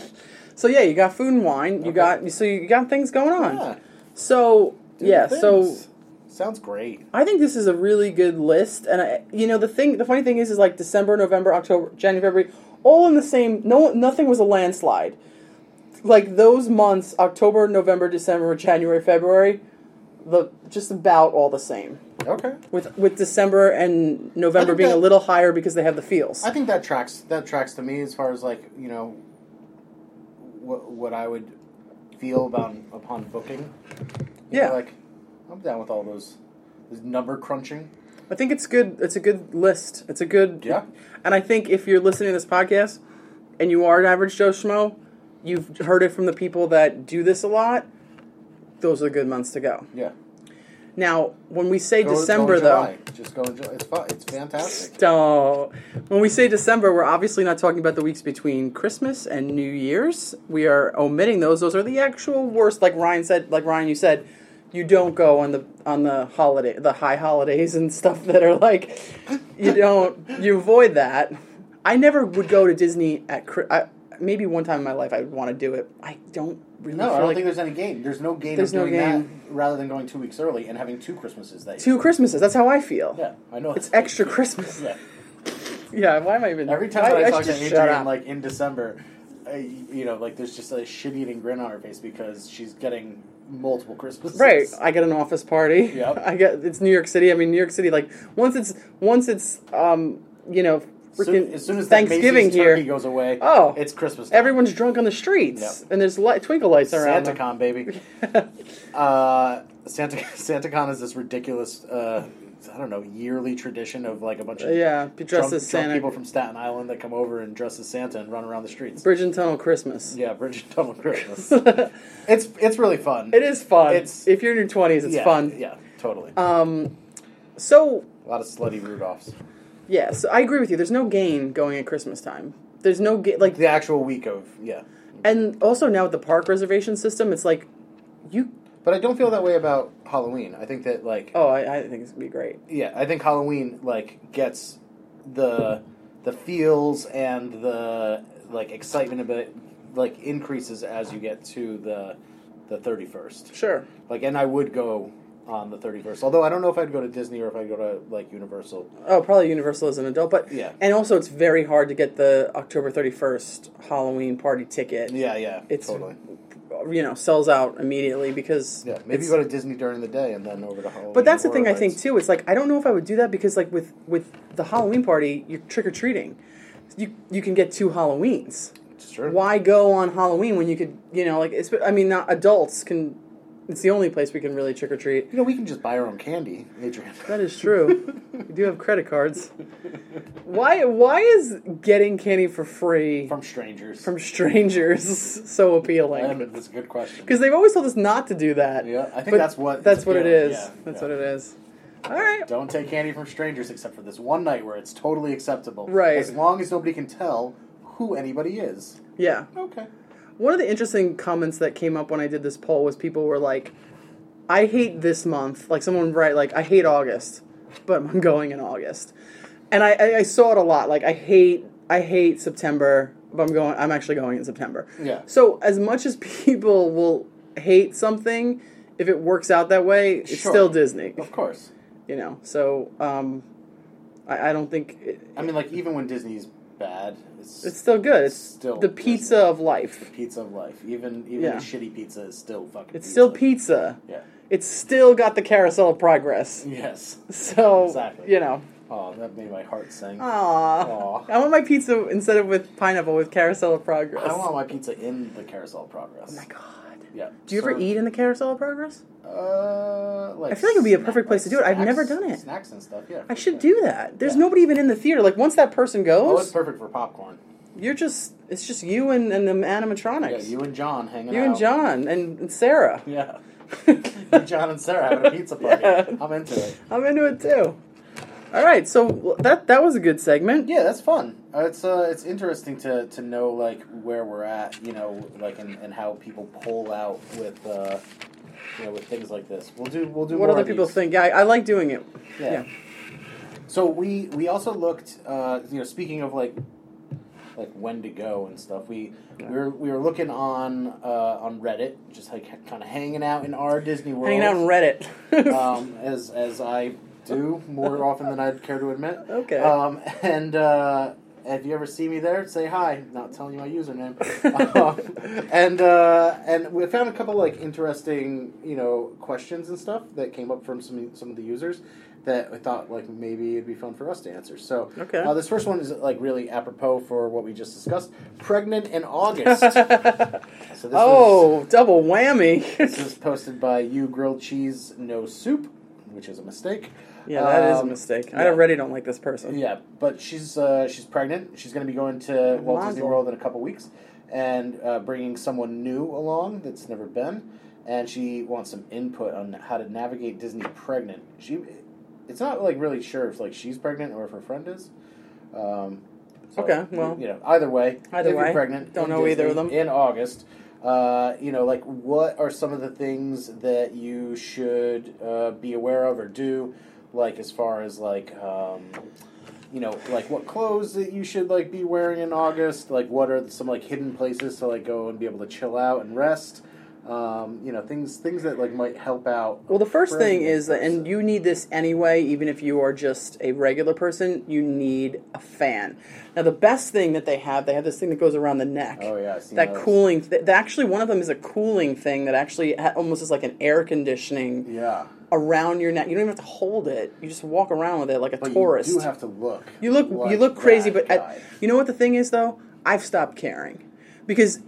[SPEAKER 2] so yeah, you got food and wine. You got so you got things going on.
[SPEAKER 3] Yeah,
[SPEAKER 2] So
[SPEAKER 3] do
[SPEAKER 2] yeah, so
[SPEAKER 3] things. sounds great.
[SPEAKER 2] I think this is a really good list, and I, you know, the thing, the funny thing is, is like December, November, October, January, February, all in the same. No, nothing was a landslide. Like those months, October, November, December, January, February, the just about all the same.
[SPEAKER 3] Okay,
[SPEAKER 2] With with December and November
[SPEAKER 3] I think
[SPEAKER 2] being a
[SPEAKER 3] that-
[SPEAKER 2] little higher because they have the feels.
[SPEAKER 3] I think that tracks. That tracks to me as far as like you know, what what I would feel about upon booking. You
[SPEAKER 2] Yeah.
[SPEAKER 3] know, like I'm down with all those, those number crunching.
[SPEAKER 2] I think it's good. It's a good list. It's a good.
[SPEAKER 3] Yeah.
[SPEAKER 2] And I think if you're listening to this podcast and you are an average Joe Schmo, you've heard it from the people that do this a lot. Those are good months to go.
[SPEAKER 3] Yeah,
[SPEAKER 2] Now, when we say
[SPEAKER 3] Go- go
[SPEAKER 2] December,
[SPEAKER 3] in
[SPEAKER 2] though,
[SPEAKER 3] July. just go. In July. It's fun. It's fantastic.
[SPEAKER 2] don't. When we say December, we're obviously not talking about the weeks between Christmas and New Year's. We are omitting those. Those are the actual worst. Like Ryan said, like Ryan, you said, you don't go on the on the holiday, the high holidays and stuff that are like, you don't, you avoid that. I never would go to Disney at Chri- I, maybe one time in my life I would want to do it. I don't really
[SPEAKER 3] No, I
[SPEAKER 2] feel
[SPEAKER 3] don't
[SPEAKER 2] like
[SPEAKER 3] think there's any game. There's no game.
[SPEAKER 2] There's
[SPEAKER 3] There's
[SPEAKER 2] no
[SPEAKER 3] no
[SPEAKER 2] game.
[SPEAKER 3] That rather than going two weeks early and having two Christmases that year.
[SPEAKER 2] two Christmases. That's how I feel.
[SPEAKER 3] Yeah, I know.
[SPEAKER 2] It's extra Christmas.
[SPEAKER 3] Yeah.
[SPEAKER 2] Yeah, why am I even?
[SPEAKER 3] Every time
[SPEAKER 2] why-
[SPEAKER 3] that I
[SPEAKER 2] should
[SPEAKER 3] talk to
[SPEAKER 2] just shut
[SPEAKER 3] Adrian,
[SPEAKER 2] up.
[SPEAKER 3] like in December, I, you know, like there's just a shit-eating grin on her face because she's getting multiple Christmases.
[SPEAKER 2] right, I get an office party.
[SPEAKER 3] Yep.
[SPEAKER 2] I get it's New York City. I mean, New York City. Like once it's once it's um you know
[SPEAKER 3] As
[SPEAKER 2] freaking
[SPEAKER 3] soon, as soon as
[SPEAKER 2] Thanksgiving
[SPEAKER 3] Thanksgiving
[SPEAKER 2] here,
[SPEAKER 3] turkey goes away,
[SPEAKER 2] Oh.
[SPEAKER 3] it's Christmas. Time.
[SPEAKER 2] everyone's drunk on the streets
[SPEAKER 3] Yep.
[SPEAKER 2] and there's li- twinkle lights around. them.
[SPEAKER 3] SantaCon, baby. uh, Santa SantaCon is this ridiculous, uh, I don't know, yearly tradition of like a bunch of
[SPEAKER 2] Yeah, be dressed
[SPEAKER 3] drunk,
[SPEAKER 2] as
[SPEAKER 3] drunk
[SPEAKER 2] Santa.
[SPEAKER 3] people from Staten Island that come over and dress as Santa and run around the streets.
[SPEAKER 2] Bridge and Tunnel Christmas.
[SPEAKER 3] Yeah, Bridge and Tunnel Christmas. it's it's really fun.
[SPEAKER 2] It is fun.
[SPEAKER 3] It's-
[SPEAKER 2] if you're in your twenties, it's
[SPEAKER 3] yeah,
[SPEAKER 2] fun. Um,
[SPEAKER 3] Yeah, totally.
[SPEAKER 2] So
[SPEAKER 3] a lot of slutty Rudolphs.
[SPEAKER 2] yes, I agree with you. There's no gain going at Christmas time. There's no ga- like
[SPEAKER 3] The actual week of yeah,
[SPEAKER 2] and also now with the park reservation system, it's like you.
[SPEAKER 3] but I don't feel that way about Halloween. I think that like
[SPEAKER 2] Oh, I, I think it's gonna be great.
[SPEAKER 3] yeah, I think Halloween like gets the the feels and the like excitement of it like increases as you get to the the thirty first.
[SPEAKER 2] Sure.
[SPEAKER 3] Like, and I would go on the thirty first. Although I don't know if I'd go to Disney or if I'd go to like Universal.
[SPEAKER 2] Oh, probably Universal as an adult, but
[SPEAKER 3] Yeah.
[SPEAKER 2] And also, it's very hard to get the October thirty first Halloween party ticket.
[SPEAKER 3] Yeah, yeah,
[SPEAKER 2] It's-
[SPEAKER 3] totally.
[SPEAKER 2] You know, sells out immediately because
[SPEAKER 3] Yeah, maybe
[SPEAKER 2] it's-
[SPEAKER 3] go to Disney during the day and then over to Halloween.
[SPEAKER 2] But that's the
[SPEAKER 3] Horror
[SPEAKER 2] thing I
[SPEAKER 3] Nights.
[SPEAKER 2] think too. It's like I don't know if I would do that because like with with the Halloween party, you're trick or treating. You you can get two Halloweens.
[SPEAKER 3] It's true.
[SPEAKER 2] Why go on Halloween when you could you know like it's I mean not adults can. It's the only place we can really trick or treat.
[SPEAKER 3] You know, we can just buy our own candy, Adrian.
[SPEAKER 2] That is true. we do have credit cards. Why why is getting candy for free
[SPEAKER 3] From strangers.
[SPEAKER 2] from strangers so
[SPEAKER 3] I don't know,
[SPEAKER 2] appealing
[SPEAKER 3] that's a good question.
[SPEAKER 2] because they've always told us not to do that.
[SPEAKER 3] Yeah, I think
[SPEAKER 2] But
[SPEAKER 3] that's what.
[SPEAKER 2] that's what it is.
[SPEAKER 3] Yeah,
[SPEAKER 2] that's
[SPEAKER 3] yeah.
[SPEAKER 2] what it is. All right.
[SPEAKER 3] Don't take candy from strangers except for this one night where it's totally acceptable.
[SPEAKER 2] Right.
[SPEAKER 3] As long as nobody can tell who anybody is.
[SPEAKER 2] Yeah.
[SPEAKER 3] Okay.
[SPEAKER 2] One of the interesting comments that came up when I did this poll was people were like, "I hate this month." Like someone write like, "I hate August," but I'm going in August, and I, I, I saw it a lot. Like I hate I hate September, but I'm going. I'm actually going in September.
[SPEAKER 3] Yeah.
[SPEAKER 2] So as much as people will hate something, if it works out that way, it's
[SPEAKER 3] Sure.
[SPEAKER 2] still Disney.
[SPEAKER 3] Of course.
[SPEAKER 2] you know so um i, I don't think it,
[SPEAKER 3] I mean, like, even when Disney's bad, it's,
[SPEAKER 2] it's still good it's
[SPEAKER 3] Still
[SPEAKER 2] the
[SPEAKER 3] Disney.
[SPEAKER 2] pizza of life
[SPEAKER 3] pizza of life. Even even
[SPEAKER 2] Yeah.
[SPEAKER 3] a shitty pizza is still fucking
[SPEAKER 2] it's still pizza
[SPEAKER 3] Yeah.
[SPEAKER 2] it's still got the carousel of progress
[SPEAKER 3] Yes.
[SPEAKER 2] so
[SPEAKER 3] Exactly.
[SPEAKER 2] you know
[SPEAKER 3] Oh, that made my heart sing.
[SPEAKER 2] Uh, Aww. i
[SPEAKER 3] Aw.
[SPEAKER 2] want my pizza instead of with pineapple with carousel of progress
[SPEAKER 3] I want my pizza in the carousel of progress.
[SPEAKER 2] oh my god
[SPEAKER 3] Yeah.
[SPEAKER 2] do you ever
[SPEAKER 3] Serve-
[SPEAKER 2] eat in the carousel of progress
[SPEAKER 3] Uh, like
[SPEAKER 2] I feel like it would be a
[SPEAKER 3] snack-
[SPEAKER 2] perfect place to do it. I've
[SPEAKER 3] snacks-
[SPEAKER 2] never done it.
[SPEAKER 3] Snacks and stuff. Yeah.
[SPEAKER 2] i
[SPEAKER 3] for
[SPEAKER 2] should
[SPEAKER 3] sure.
[SPEAKER 2] do that there's
[SPEAKER 3] Yeah.
[SPEAKER 2] nobody even in the theater like once that person
[SPEAKER 3] Oh, it's
[SPEAKER 2] goes
[SPEAKER 3] perfect for popcorn.
[SPEAKER 2] you're just it's just you and, and the animatronics
[SPEAKER 3] Yeah, you and John hanging
[SPEAKER 2] You
[SPEAKER 3] out.
[SPEAKER 2] and john and, and sarah
[SPEAKER 3] Yeah. You, John and Sarah having a pizza party.
[SPEAKER 2] Yeah.
[SPEAKER 3] I'm into it.
[SPEAKER 2] I'm into it too. All right, so that that was a good segment.
[SPEAKER 3] Yeah, that's fun. Uh, It's uh, it's interesting to, to know like where we're at, you know, like and, and how people pull out with uh, you know, with things like this. We'll do we'll do
[SPEAKER 2] What
[SPEAKER 3] more
[SPEAKER 2] other
[SPEAKER 3] of
[SPEAKER 2] people
[SPEAKER 3] these.
[SPEAKER 2] think? Yeah, I, I like doing it.
[SPEAKER 3] Yeah. So we we also looked, uh, you know, speaking of like like when to go and stuff. We we were we were looking on uh, on Reddit, just like kind of hanging out in our Disney world,
[SPEAKER 2] Hanging out on Reddit.
[SPEAKER 3] um, as as I do more often than I'd care to admit.
[SPEAKER 2] Okay.
[SPEAKER 3] Um, and uh, if you ever see me there, say hi. Not telling you my username. um, and uh, and we found a couple like interesting you know questions and stuff that came up from some some of the users that I thought like maybe it'd be fun for us to answer. So
[SPEAKER 2] Okay.
[SPEAKER 3] uh, this first one is like really apropos for what we just discussed: pregnant in August. so this was-
[SPEAKER 2] oh, double whammy.
[SPEAKER 3] this is posted by you grilled cheese no soup, which is a mistake.
[SPEAKER 2] yeah, that is a
[SPEAKER 3] Um,
[SPEAKER 2] mistake. I
[SPEAKER 3] yeah.
[SPEAKER 2] already don't like this person.
[SPEAKER 3] Yeah, but she's uh, she's pregnant. She's going to be going to Walt Disney
[SPEAKER 2] Mazel.
[SPEAKER 3] World in a couple weeks, and uh, bringing someone new along that's never been. And she wants some input on how to navigate Disney pregnant. She, it's not like really sure if like she's pregnant or if her friend is. Um, so,
[SPEAKER 2] Okay, well.
[SPEAKER 3] you know, either way,
[SPEAKER 2] Either
[SPEAKER 3] if
[SPEAKER 2] way,
[SPEAKER 3] you're pregnant,
[SPEAKER 2] don't
[SPEAKER 3] in
[SPEAKER 2] know either of
[SPEAKER 3] Disney
[SPEAKER 2] them.
[SPEAKER 3] in August. Uh, you know, like what are some of the things that you should uh, be aware of or do, like as far as like um, you know, like what clothes that you should like be wearing in August. Like what are some like hidden places to like go and be able to chill out and rest. Um, you know, things things that like might help out.
[SPEAKER 2] Well, the first
[SPEAKER 3] Pregnant
[SPEAKER 2] thing is that, and
[SPEAKER 3] person.
[SPEAKER 2] you need this anyway, even if you are just a regular person, you need a fan. Now, the best thing that they have, they have this thing that goes around the neck.
[SPEAKER 3] Oh, yeah, I've seen
[SPEAKER 2] that
[SPEAKER 3] those.
[SPEAKER 2] cooling. Th- that actually, one of them is a cooling thing that actually ha- almost is like an air conditioning
[SPEAKER 3] yeah,
[SPEAKER 2] around your neck. You don't even have to hold it. You just walk around with it like a
[SPEAKER 3] but
[SPEAKER 2] tourist.
[SPEAKER 3] you do have to look.
[SPEAKER 2] You look
[SPEAKER 3] like
[SPEAKER 2] you look crazy,
[SPEAKER 3] that
[SPEAKER 2] but at-
[SPEAKER 3] guy.
[SPEAKER 2] you know what the thing is though? I've stopped caring because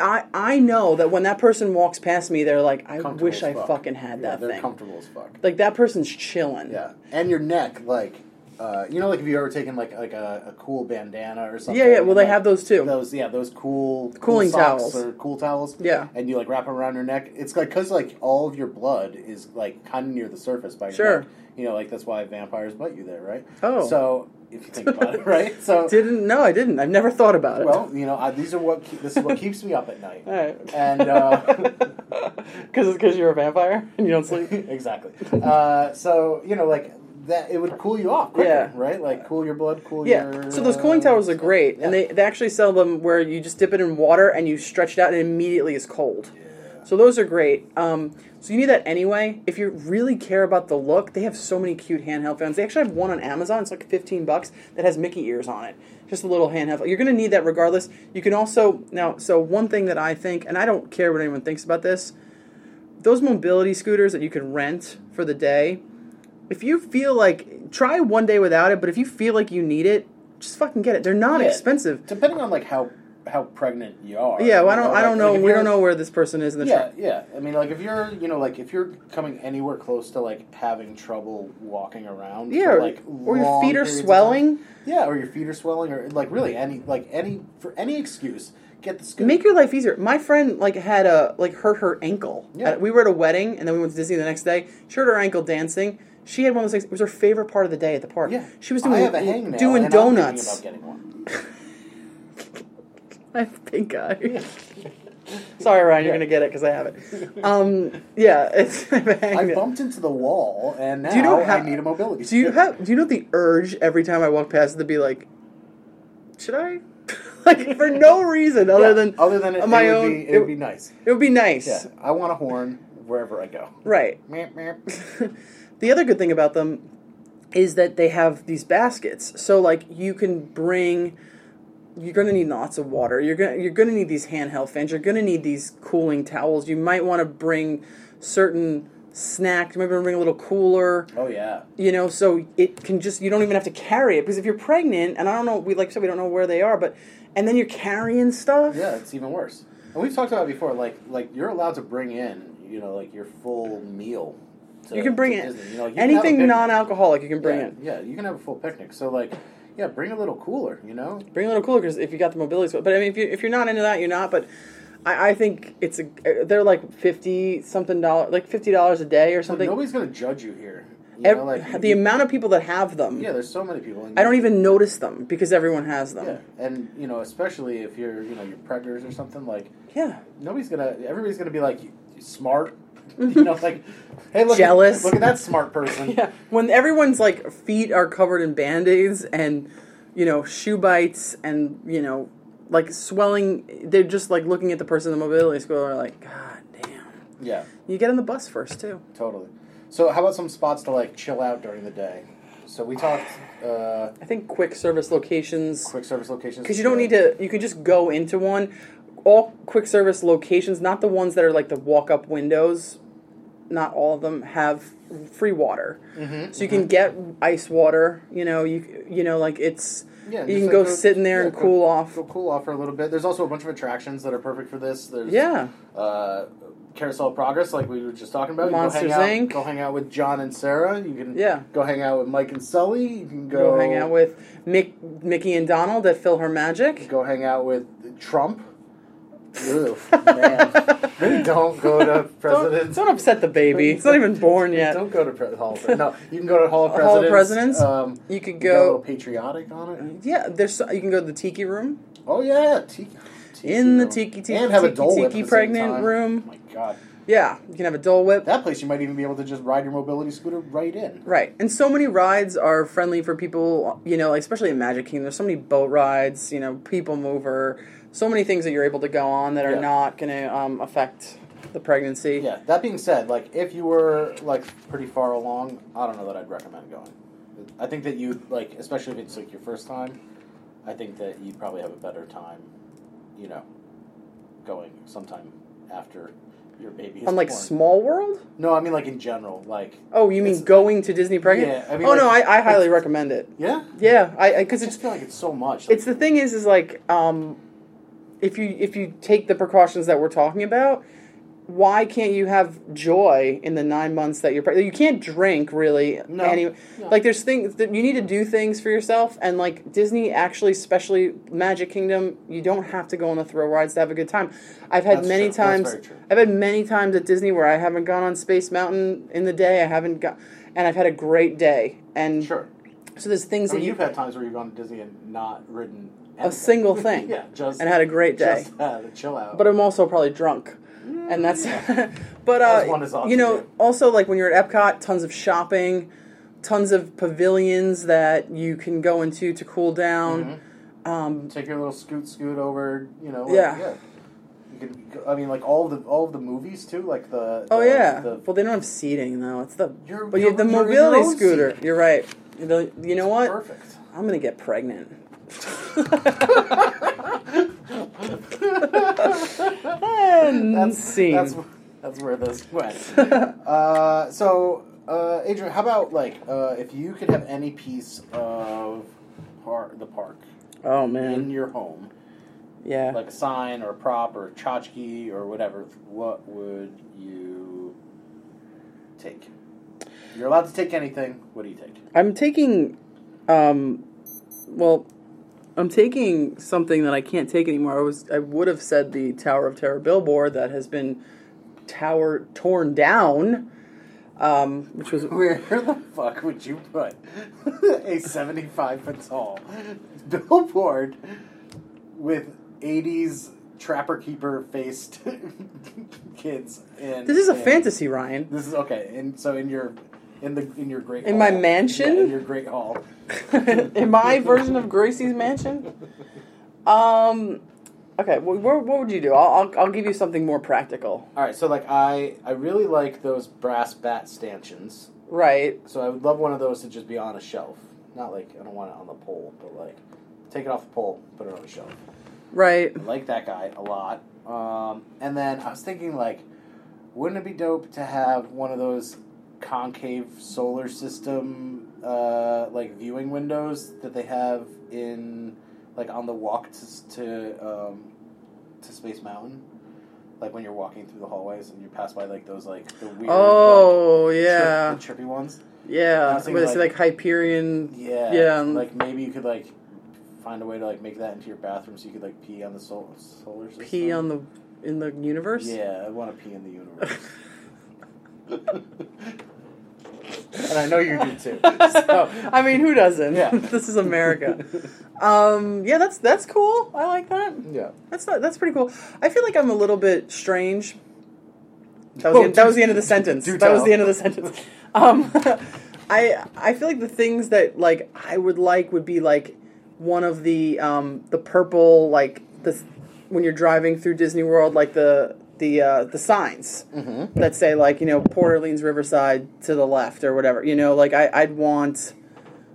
[SPEAKER 2] I I know that when that person walks past me, they're like, I
[SPEAKER 3] Comfortable
[SPEAKER 2] wish
[SPEAKER 3] as
[SPEAKER 2] I
[SPEAKER 3] fuck.
[SPEAKER 2] fucking had
[SPEAKER 3] Yeah,
[SPEAKER 2] that
[SPEAKER 3] they're
[SPEAKER 2] thing.
[SPEAKER 3] comfortable as fuck.
[SPEAKER 2] Like that person's chilling.
[SPEAKER 3] Yeah, and your neck, like, uh, you know, like if you ever taken like like a, a cool bandana or something.
[SPEAKER 2] Yeah, yeah, well,
[SPEAKER 3] and,
[SPEAKER 2] they
[SPEAKER 3] like,
[SPEAKER 2] have those, too.
[SPEAKER 3] Those, yeah, those cool cool
[SPEAKER 2] Cooling
[SPEAKER 3] socks
[SPEAKER 2] towels.
[SPEAKER 3] or cool towels.
[SPEAKER 2] Yeah.
[SPEAKER 3] and you like wrap them around your neck. It's like because like all of your blood is like kind of near the surface by your
[SPEAKER 2] Sure.
[SPEAKER 3] neck. You know, like that's why vampires bite you there, right?
[SPEAKER 2] Oh.
[SPEAKER 3] so if you think about it, right? So
[SPEAKER 2] Didn't no, I didn't. I've never thought about it.
[SPEAKER 3] well, you know, I, these are what keep, this is what keeps me up at night.
[SPEAKER 2] Alright.
[SPEAKER 3] And uh,
[SPEAKER 2] Because it's because you're a vampire and you don't sleep.
[SPEAKER 3] exactly. Uh, so you know, like that, it would cool you off. Quicker,
[SPEAKER 2] Yeah.
[SPEAKER 3] Right. Like cool your blood, cool
[SPEAKER 2] Yeah.
[SPEAKER 3] your.
[SPEAKER 2] So those cooling
[SPEAKER 3] uh,
[SPEAKER 2] towers are great,
[SPEAKER 3] Yeah.
[SPEAKER 2] and they, they actually sell them where you just dip it in water and you stretch it out, and it immediately is cold. So those are great. Um, so you need that anyway. If you really care about the look, they have so many cute handheld phones. They actually have one on Amazon. It's like fifteen bucks that has Mickey ears on it. Just a little handheld. You're gonna need that regardless. You can also now. So one thing that I think, and I don't care what anyone thinks about this, those mobility scooters that you can rent for the day. If you feel like try one day without it, but if you feel like you need it, just fucking get it. They're not
[SPEAKER 3] Yeah.
[SPEAKER 2] expensive.
[SPEAKER 3] um, Depending on like how how pregnant you are.
[SPEAKER 2] Yeah, well, I
[SPEAKER 3] You
[SPEAKER 2] don't.
[SPEAKER 3] know,
[SPEAKER 2] I don't
[SPEAKER 3] like-
[SPEAKER 2] know.
[SPEAKER 3] like, if
[SPEAKER 2] we don't
[SPEAKER 3] you're-
[SPEAKER 2] know where this person is in the
[SPEAKER 3] Yeah,
[SPEAKER 2] truck.
[SPEAKER 3] yeah. I mean, like if you're, you know, like if you're coming anywhere close to like having trouble walking around, for,
[SPEAKER 2] Yeah, or-
[SPEAKER 3] like
[SPEAKER 2] or your
[SPEAKER 3] long
[SPEAKER 2] feet are
[SPEAKER 3] periods of
[SPEAKER 2] swelling.
[SPEAKER 3] time- yeah, or your feet are swelling, or like really any like any for any excuse, get the scooter.
[SPEAKER 2] Make your life easier. My friend like had a like hurt her ankle.
[SPEAKER 3] Yeah.
[SPEAKER 2] Uh, we were at a wedding and then we went to Disney the next day. She hurt her ankle dancing. She had one of those things. It was her favorite part of the day at the park.
[SPEAKER 3] yeah,
[SPEAKER 2] She was
[SPEAKER 3] I
[SPEAKER 2] doing
[SPEAKER 3] have a hangnail,
[SPEAKER 2] doing
[SPEAKER 3] and I'm thinking
[SPEAKER 2] donuts.
[SPEAKER 3] about getting one.
[SPEAKER 2] I have pink eye. Sorry, Ryan, you're gonna get it because I have it. Um, yeah, it's I have a
[SPEAKER 3] I
[SPEAKER 2] hangnail.
[SPEAKER 3] bumped into the wall, and now
[SPEAKER 2] Do you know how
[SPEAKER 3] I need a mobility.
[SPEAKER 2] Do you
[SPEAKER 3] scooter.
[SPEAKER 2] have? Do you know the urge every time I walk past it to be like, should I? like for no reason other
[SPEAKER 3] Yeah,
[SPEAKER 2] than
[SPEAKER 3] other than it,
[SPEAKER 2] my
[SPEAKER 3] it would
[SPEAKER 2] own.
[SPEAKER 3] be, it would be nice.
[SPEAKER 2] It would be nice.
[SPEAKER 3] Yeah, I want a horn wherever I go.
[SPEAKER 2] Right.
[SPEAKER 3] Meep, meep.
[SPEAKER 2] The other good thing about them is that they have these baskets. So like you can bring you're going to need lots of water. You're going to you're going to need these handheld fans. You're going to need these cooling towels. You might want to bring certain snacks. You might want to bring a little cooler.
[SPEAKER 3] Oh yeah.
[SPEAKER 2] You know, so it can just you don't even have to carry it because if you're pregnant and I don't know we like I said we don't know where they are, but and then you're carrying stuff.
[SPEAKER 3] Yeah, it's even worse. And we've talked about it before, like like you're allowed to bring in, you know, like your full meal. To,
[SPEAKER 2] You can bring
[SPEAKER 3] to
[SPEAKER 2] it.
[SPEAKER 3] Disney. You know, like, you can have a
[SPEAKER 2] Anything
[SPEAKER 3] picnic.
[SPEAKER 2] non-alcoholic you can bring
[SPEAKER 3] yeah,
[SPEAKER 2] in.
[SPEAKER 3] Yeah, you can have a full picnic. So like, yeah, bring a little cooler. You know,
[SPEAKER 2] Bring a little cooler because if you got the mobility, squ- but I mean, if you if you're not into that, you're not. But I, I think it's a they're like fifty something dollar, like fifty dollars a day or
[SPEAKER 3] like,
[SPEAKER 2] something.
[SPEAKER 3] nobody's gonna judge you here. You
[SPEAKER 2] Ev-
[SPEAKER 3] know, like
[SPEAKER 2] the
[SPEAKER 3] you-
[SPEAKER 2] amount of people that have them,
[SPEAKER 3] Yeah, there's so many people. And
[SPEAKER 2] I don't even notice them because everyone has them.
[SPEAKER 3] Yeah, and you know, especially if you're, you know, you're preggers or something like.
[SPEAKER 2] Yeah.
[SPEAKER 3] nobody's gonna everybody's gonna be like smart you know, like, hey, look,
[SPEAKER 2] Jealous.
[SPEAKER 3] At, look at that smart person.
[SPEAKER 2] Yeah, when everyone's like feet are covered in band-aids and you know shoe bites and you know like swelling, they're just like looking at the person in the mobility scooter are like, God damn!
[SPEAKER 3] yeah,
[SPEAKER 2] You get on the bus first too.
[SPEAKER 3] totally. So, how about some spots to like chill out during the day? So we talked uh,
[SPEAKER 2] I think quick service locations
[SPEAKER 3] quick service locations
[SPEAKER 2] because you don't need to. You can just go into one. All quick service locations, not the ones that are like the walk-up windows. Not all of them have free water,
[SPEAKER 3] Mm-hmm,
[SPEAKER 2] so you can get ice water. You know, you you know, like it's
[SPEAKER 3] Yeah,
[SPEAKER 2] you
[SPEAKER 3] just
[SPEAKER 2] can
[SPEAKER 3] like
[SPEAKER 2] go
[SPEAKER 3] go-
[SPEAKER 2] sit in there
[SPEAKER 3] yeah,
[SPEAKER 2] and
[SPEAKER 3] go-
[SPEAKER 2] cool off.
[SPEAKER 3] Go cool off for a little bit. There's also a bunch of attractions that are perfect for this. There's
[SPEAKER 2] Yeah.
[SPEAKER 3] uh, Carousel of Progress, like we were just talking about. You
[SPEAKER 2] Monsters,
[SPEAKER 3] go hang
[SPEAKER 2] Inc.
[SPEAKER 3] out, go hang out with John and Sarah. You can
[SPEAKER 2] Yeah.
[SPEAKER 3] go hang out with Mike and Sully. You can go,
[SPEAKER 2] Go hang out with Mick, Mickey and Donald at Phil Her Magic.
[SPEAKER 3] go hang out with Trump. Ew, man. don't go to
[SPEAKER 2] Don't,
[SPEAKER 3] presidents.
[SPEAKER 2] don't upset the baby. It's not even born yet.
[SPEAKER 3] Don't go to pre- Hall. Of, no, you can go to Hall of Presidents.
[SPEAKER 2] Hall of Presidents.
[SPEAKER 3] Um,
[SPEAKER 2] You could
[SPEAKER 3] got a
[SPEAKER 2] go-
[SPEAKER 3] little patriotic on it.
[SPEAKER 2] Yeah, there's you can go to the tiki room.
[SPEAKER 3] Oh yeah, tiki, tiki
[SPEAKER 2] In the
[SPEAKER 3] room.
[SPEAKER 2] tiki- tiki-
[SPEAKER 3] and have a
[SPEAKER 2] tiki-
[SPEAKER 3] Dole Whip at
[SPEAKER 2] tiki
[SPEAKER 3] the same
[SPEAKER 2] pregnant
[SPEAKER 3] time.
[SPEAKER 2] room.
[SPEAKER 3] Oh my god.
[SPEAKER 2] Yeah, you can have a Dole Whip.
[SPEAKER 3] That place you might even be able to just ride your mobility scooter right in.
[SPEAKER 2] Right. And so many rides are friendly for people, you know, like especially in Magic Kingdom. There's so many boat rides, you know, people mover, so many things that you're able to go on that are
[SPEAKER 3] Yeah.
[SPEAKER 2] not going to um, affect the pregnancy.
[SPEAKER 3] Yeah. That being said, like if you were like pretty far along, I don't know that I'd recommend going. I think that you like, especially if it's like your first time, I think that you'd probably have a better time, you know, going sometime after your baby. Is
[SPEAKER 2] On like
[SPEAKER 3] born.
[SPEAKER 2] Small World?
[SPEAKER 3] No, I mean like in general, like
[SPEAKER 2] Oh, you mean
[SPEAKER 3] It's-
[SPEAKER 2] going to Disney pregnant?
[SPEAKER 3] Yeah, I mean,
[SPEAKER 2] oh no,
[SPEAKER 3] like-
[SPEAKER 2] I, I highly recommend it.
[SPEAKER 3] yeah.
[SPEAKER 2] Yeah, I because
[SPEAKER 3] I
[SPEAKER 2] it's
[SPEAKER 3] just feel like it's so much. Like,
[SPEAKER 2] it's the thing is is like um, if you if you take the precautions that we're talking about why can't you have joy in the nine months that you're pregnant you can't drink really
[SPEAKER 3] No.
[SPEAKER 2] any
[SPEAKER 3] No.
[SPEAKER 2] like there's things that you need to do things for yourself and like disney actually especially magic kingdom you don't have to go on the thrill rides to have a good time i've had
[SPEAKER 3] That's
[SPEAKER 2] many
[SPEAKER 3] true. That's
[SPEAKER 2] times
[SPEAKER 3] very true.
[SPEAKER 2] I've had many times at Disney where I haven't gone on Space Mountain in the day. I haven't got, and I've had a great day. And
[SPEAKER 3] sure.
[SPEAKER 2] so there's things
[SPEAKER 3] I mean,
[SPEAKER 2] that you
[SPEAKER 3] you've had times where you've gone to Disney and not ridden
[SPEAKER 2] a single thing.
[SPEAKER 3] yeah, just
[SPEAKER 2] and had a great day.
[SPEAKER 3] Just had a chill out.
[SPEAKER 2] but I'm also probably drunk, and that's. but
[SPEAKER 3] As Mm. one is
[SPEAKER 2] uh,
[SPEAKER 3] ought
[SPEAKER 2] you
[SPEAKER 3] to
[SPEAKER 2] know,
[SPEAKER 3] do.
[SPEAKER 2] also like when you're at Epcot, tons of shopping, tons of pavilions that you can go into to cool down.
[SPEAKER 3] Mm-hmm. take your little scoot scoot over, you know. Like,
[SPEAKER 2] Yeah.
[SPEAKER 3] yeah. You can, I mean, like all the all the movies too, like the.
[SPEAKER 2] Oh
[SPEAKER 3] the-
[SPEAKER 2] yeah.
[SPEAKER 3] The,
[SPEAKER 2] well, they don't have seating though. It's the
[SPEAKER 3] You're-
[SPEAKER 2] but you have the
[SPEAKER 3] you're- you're in your
[SPEAKER 2] mobility
[SPEAKER 3] own
[SPEAKER 2] scooter.
[SPEAKER 3] seat.
[SPEAKER 2] You're right. The- you know what?
[SPEAKER 3] perfect.
[SPEAKER 2] I'm gonna get pregnant. and
[SPEAKER 3] That's
[SPEAKER 2] scene.
[SPEAKER 3] that's that's where this went. uh, so, uh, Adrian, how about like uh, if you could have any piece of par- the park
[SPEAKER 2] oh
[SPEAKER 3] in
[SPEAKER 2] man.
[SPEAKER 3] your home,
[SPEAKER 2] Yeah.
[SPEAKER 3] like a sign or a prop or a tchotchke or whatever, what would you take? You're allowed to take anything. What do you take?
[SPEAKER 2] I'm taking, um, well, I'm taking something that I can't take anymore. I was I would have said the Tower of Terror billboard that has been tower torn down, um, which was
[SPEAKER 3] Where the fuck would you put a 75 foot tall billboard with 80s trapper keeper faced kids? In,
[SPEAKER 2] this is a
[SPEAKER 3] in-
[SPEAKER 2] fantasy, Ryan.
[SPEAKER 3] This is okay. And so in your in the in your great
[SPEAKER 2] In my
[SPEAKER 3] hall-
[SPEAKER 2] mansion?
[SPEAKER 3] yeah, in your great hall,
[SPEAKER 2] In my version of Gracie's mansion, um, okay, well, what, what would you do? I'll, I'll I'll give you something more practical,
[SPEAKER 3] All right, so like I I really like those brass bat stanchions.
[SPEAKER 2] right?
[SPEAKER 3] So I would love one of those to just be on a shelf. Not like I don't want it on the pole, but like take it off the pole, put it on a shelf.
[SPEAKER 2] Right.
[SPEAKER 3] I like that guy a lot. Um, and then I was thinking, like, wouldn't it be dope to have one of those concave solar system uh, like viewing windows that they have in like on the walk to to, um, to Space Mountain? Like when you're walking through the hallways and you pass by like those like the weird
[SPEAKER 2] Oh
[SPEAKER 3] like, trip-
[SPEAKER 2] yeah,
[SPEAKER 3] the trippy ones. I
[SPEAKER 2] yeah.
[SPEAKER 3] was
[SPEAKER 2] What
[SPEAKER 3] thinking,
[SPEAKER 2] is it
[SPEAKER 3] like-
[SPEAKER 2] like Hyperion?
[SPEAKER 3] Yeah.
[SPEAKER 2] Yeah.
[SPEAKER 3] Like maybe you could like find a way to like make that into your bathroom so you could like pee on the sol- solar system.
[SPEAKER 2] pee on the in the universe.
[SPEAKER 3] Yeah, I want to pee in the universe. and I know you do too. So,
[SPEAKER 2] I mean, who doesn't?
[SPEAKER 3] Yeah.
[SPEAKER 2] this is America. um, yeah, that's that's cool. I like that.
[SPEAKER 3] yeah.
[SPEAKER 2] That's not, that's pretty cool. I feel like I'm a little bit strange. That was, the, that was the end of the sentence.
[SPEAKER 3] Do
[SPEAKER 2] That was
[SPEAKER 3] tell.
[SPEAKER 2] the end of the sentence. Um, I I feel like the things that like I would like would be like one of the um, the purple like this when you're driving through Disney World like the the uh, the signs
[SPEAKER 3] Mm-hmm.
[SPEAKER 2] that say like you know Port Orleans Riverside to the left or whatever you know like I I'd want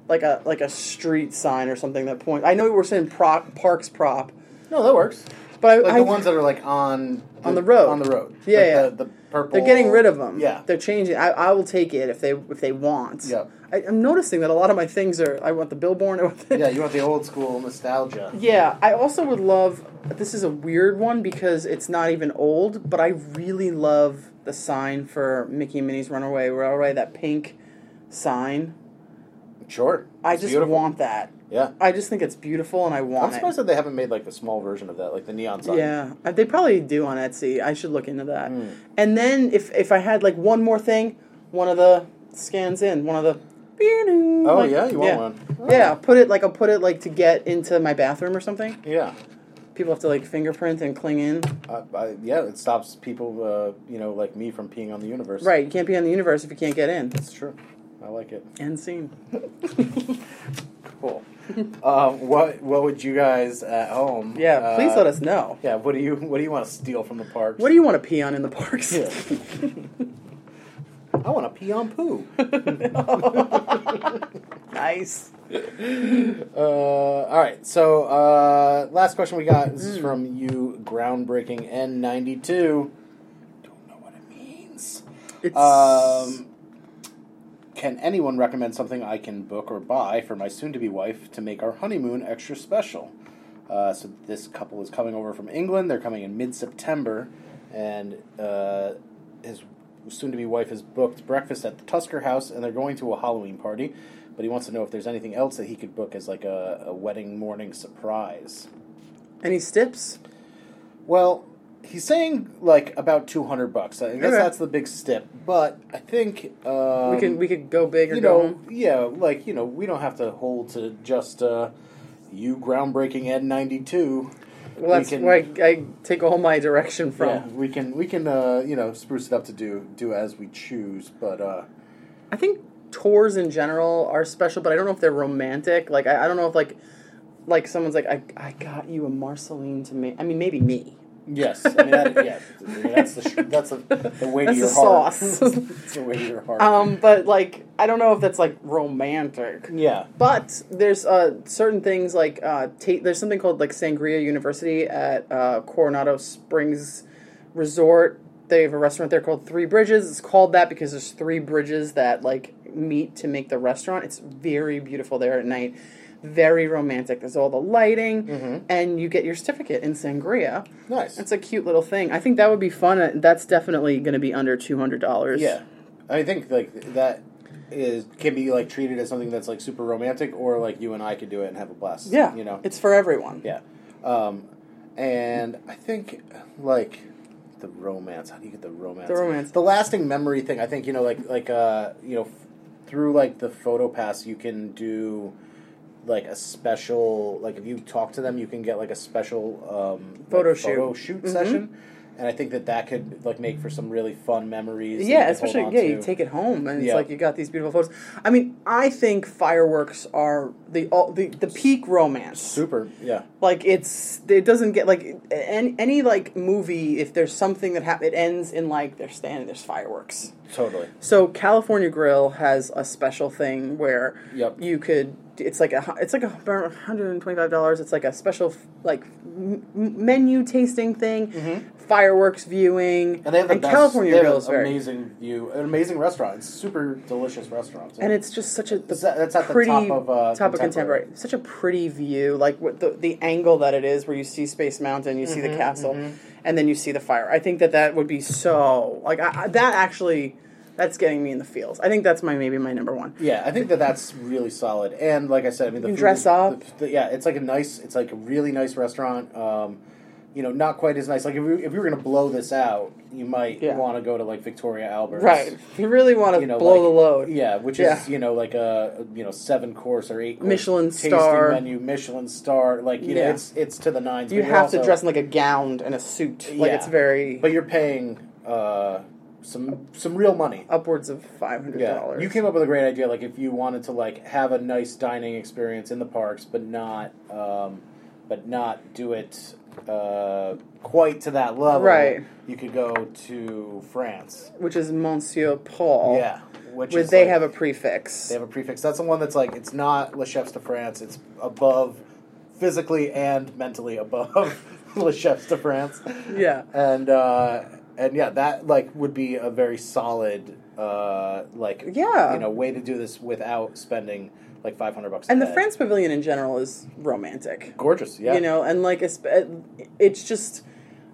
[SPEAKER 2] like a like a street sign or something that point. I know we're saying prop, parks prop,
[SPEAKER 3] No, that works.
[SPEAKER 2] but
[SPEAKER 3] Like
[SPEAKER 2] I,
[SPEAKER 3] the
[SPEAKER 2] I,
[SPEAKER 3] ones that are like on
[SPEAKER 2] On the road.
[SPEAKER 3] On the road.
[SPEAKER 2] Yeah,
[SPEAKER 3] Like
[SPEAKER 2] yeah.
[SPEAKER 3] The, the purple.
[SPEAKER 2] They're getting rid of them.
[SPEAKER 3] Yeah.
[SPEAKER 2] they're changing. I, I will take it if they if they want.
[SPEAKER 3] Yeah.
[SPEAKER 2] I, I'm noticing that a lot of my things are. I want the billboard. I want the,
[SPEAKER 3] yeah, you want the old school nostalgia.
[SPEAKER 2] Yeah, I also would love. This is a weird one because it's not even old, but I really love the sign for Mickey and Minnie's Runaway Railway. That pink sign.
[SPEAKER 3] Sure.
[SPEAKER 2] I
[SPEAKER 3] It's
[SPEAKER 2] just
[SPEAKER 3] beautiful.
[SPEAKER 2] want that.
[SPEAKER 3] Yeah.
[SPEAKER 2] I just think it's beautiful, and I
[SPEAKER 3] I'm
[SPEAKER 2] want it.
[SPEAKER 3] surprised that they haven't made like the small version of that, like the neon sign.
[SPEAKER 2] Yeah, Uh, they probably do on Etsy. I should look into that.
[SPEAKER 3] Hmm.
[SPEAKER 2] And then if if I had like one more thing, one of the scans in, one of the.
[SPEAKER 3] Oh
[SPEAKER 2] like-
[SPEAKER 3] yeah, you want one? Oh.
[SPEAKER 2] Yeah, put it like I'll put it like to get into my bathroom or something.
[SPEAKER 3] Yeah.
[SPEAKER 2] People have to like fingerprint and cling in.
[SPEAKER 3] Uh, I, yeah, it stops people, uh, you know, like me from peeing on the universe.
[SPEAKER 2] Right, you can't be on the universe if you can't get in.
[SPEAKER 3] It's true. I like it.
[SPEAKER 2] End scene.
[SPEAKER 3] Cool. um, what What would you guys at home?
[SPEAKER 2] Yeah, please
[SPEAKER 3] uh,
[SPEAKER 2] let us know.
[SPEAKER 3] Yeah. What do you What do you want to steal from the parks?
[SPEAKER 2] What do you want to pee on in the parks?
[SPEAKER 3] Yeah. I want to pee on poo.
[SPEAKER 2] nice.
[SPEAKER 3] Uh, all right. So uh, last question we got. This
[SPEAKER 2] Mm.
[SPEAKER 3] is from you, groundbreaking N92. Don't know what it means.
[SPEAKER 2] It's
[SPEAKER 3] Um, can anyone recommend something I can book or buy for my soon-to-be wife to make our honeymoon extra special? Uh, so this couple is coming over from England. They're coming in mid-September, and uh, his soon-to-be wife has booked breakfast at the Tusker House, and they're going to a Halloween party. But he wants to know if there's anything else that he could book as like a, a wedding morning surprise.
[SPEAKER 2] any stips?
[SPEAKER 3] Well, he's saying like about two hundred bucks. I guess
[SPEAKER 2] Okay.
[SPEAKER 3] that's the big step. But I think um,
[SPEAKER 2] we can we could go big or
[SPEAKER 3] you
[SPEAKER 2] go
[SPEAKER 3] know,
[SPEAKER 2] home.
[SPEAKER 3] yeah, like you know, we don't have to hold to just uh, you groundbreaking Ed ninety two.
[SPEAKER 2] Well, that's
[SPEAKER 3] can-
[SPEAKER 2] where I, I take all my direction from.
[SPEAKER 3] Yeah, we can we can uh, you know spruce it up to do do as we choose, but uh,
[SPEAKER 2] I think tours in general are special, but I don't know if they're romantic. Like I, I don't know if like like someone's like I I got you a Marceline to make. I mean maybe me.
[SPEAKER 3] yes, I mean, that, yeah, I mean, that's the sh- that's the, the way
[SPEAKER 2] That's
[SPEAKER 3] to your
[SPEAKER 2] the
[SPEAKER 3] heart.
[SPEAKER 2] sauce.
[SPEAKER 3] it's the way to your heart.
[SPEAKER 2] Um, but like I don't know if that's like romantic.
[SPEAKER 3] yeah,
[SPEAKER 2] But there's uh, certain things like uh, ta there's something called like Sangria University at uh, Coronado Springs Resort. They have a restaurant there called Three Bridges. It's called that because there's three bridges that like meet to make the restaurant. It's very beautiful there at night, very romantic. There's all the lighting,
[SPEAKER 3] Mm-hmm.
[SPEAKER 2] and you get your certificate in Sangria.
[SPEAKER 3] nice.
[SPEAKER 2] It's a cute little thing. I think that would be fun. Uh, That's definitely going to be under two hundred dollars.
[SPEAKER 3] Yeah, I think like that is can be like treated as something that's like super romantic, or like you and I could do it and have a blast.
[SPEAKER 2] yeah.
[SPEAKER 3] you know,
[SPEAKER 2] it's for everyone.
[SPEAKER 3] yeah. Um, and I think like the romance. How do you get the romance?
[SPEAKER 2] The romance.
[SPEAKER 3] The lasting memory thing. I think you know, like like uh, you know, f- through like the photo pass, you can do. Like a special, like if you talk to them, you can get like a special um,
[SPEAKER 2] Photo
[SPEAKER 3] like,
[SPEAKER 2] shoot. Mm-hmm.
[SPEAKER 3] photo shoot session, and I think that that could like make for some really fun memories. that you
[SPEAKER 2] Yeah,
[SPEAKER 3] can hold
[SPEAKER 2] especially
[SPEAKER 3] on
[SPEAKER 2] yeah, you
[SPEAKER 3] to.
[SPEAKER 2] take it home and it's
[SPEAKER 3] Yeah.
[SPEAKER 2] like you got these beautiful photos. I mean, I think fireworks are the all, the the peak romance.
[SPEAKER 3] Super, yeah.
[SPEAKER 2] Like it's it doesn't get like any, any like movie if there's something that hap- it ends in like they're standing there's fireworks.
[SPEAKER 3] Totally.
[SPEAKER 2] So California Grill has a special thing where
[SPEAKER 3] Yep.
[SPEAKER 2] you could. It's like a hu- it's like a hu- hundred and twenty five dollars. It's like a special f- like m- m- menu tasting thing, fireworks viewing,
[SPEAKER 3] Mm-hmm. And they have the best,
[SPEAKER 2] California
[SPEAKER 3] they have
[SPEAKER 2] Grill
[SPEAKER 3] an
[SPEAKER 2] is very
[SPEAKER 3] amazing view, an amazing restaurant. It's super delicious restaurant. too.
[SPEAKER 2] and it's just such a the
[SPEAKER 3] Is that- that's at the
[SPEAKER 2] pretty
[SPEAKER 3] top of, uh,
[SPEAKER 2] top of
[SPEAKER 3] Contemporary.
[SPEAKER 2] contemporary. Such a pretty view, like what the the angle that it is, where you see Space Mountain, you see
[SPEAKER 3] Mm-hmm,
[SPEAKER 2] the castle, and then you see the fire. I think that that would be so like I, I, that actually that's getting me in the feels. I think that's my maybe my number one.
[SPEAKER 3] yeah, I think that that's really solid. And like I said, I mean, the
[SPEAKER 2] You
[SPEAKER 3] food
[SPEAKER 2] dress
[SPEAKER 3] is-
[SPEAKER 2] up.
[SPEAKER 3] the- the- yeah, it's like a nice, it's like a really nice restaurant. Um, you know, not quite as nice. Like if we, if we were gonna blow this out, you might
[SPEAKER 2] Yeah.
[SPEAKER 3] want to go to like Victoria Albert's,
[SPEAKER 2] Right, if you really want to
[SPEAKER 3] You know,
[SPEAKER 2] blow
[SPEAKER 3] like-
[SPEAKER 2] the load.
[SPEAKER 3] Yeah, which
[SPEAKER 2] Yeah.
[SPEAKER 3] is you know like a you know seven course or eight course
[SPEAKER 2] Michelin
[SPEAKER 3] tasting
[SPEAKER 2] star.
[SPEAKER 3] menu, Michelin star. Like you know,
[SPEAKER 2] Yeah.
[SPEAKER 3] it's it's to the nines.
[SPEAKER 2] you
[SPEAKER 3] but
[SPEAKER 2] have to
[SPEAKER 3] also-
[SPEAKER 2] dress in like a gown and a suit. Like
[SPEAKER 3] Yeah.
[SPEAKER 2] it's very
[SPEAKER 3] But you're paying, uh, some some real money.
[SPEAKER 2] upwards of five hundred
[SPEAKER 3] Yeah,
[SPEAKER 2] dollars.
[SPEAKER 3] you came up with a great idea. Like if you wanted to like have a nice dining experience in the parks, but not, um, but not do it uh, quite to that level.
[SPEAKER 2] Right.
[SPEAKER 3] You could go to France.
[SPEAKER 2] which is Monsieur Paul.
[SPEAKER 3] Yeah, which
[SPEAKER 2] where
[SPEAKER 3] is
[SPEAKER 2] they
[SPEAKER 3] like-
[SPEAKER 2] have a prefix.
[SPEAKER 3] They have a prefix. That's the one that's like it's not Le Chefs de France. It's above, physically and mentally above Le Chefs de France.
[SPEAKER 2] yeah,
[SPEAKER 3] And uh, and yeah, that like would be a very solid uh, like
[SPEAKER 2] Yeah.
[SPEAKER 3] you know way to do this without spending like five hundred bucks. a
[SPEAKER 2] and the
[SPEAKER 3] head.
[SPEAKER 2] France Pavilion in general is romantic.
[SPEAKER 3] gorgeous, yeah.
[SPEAKER 2] You know, and like esp- it's just,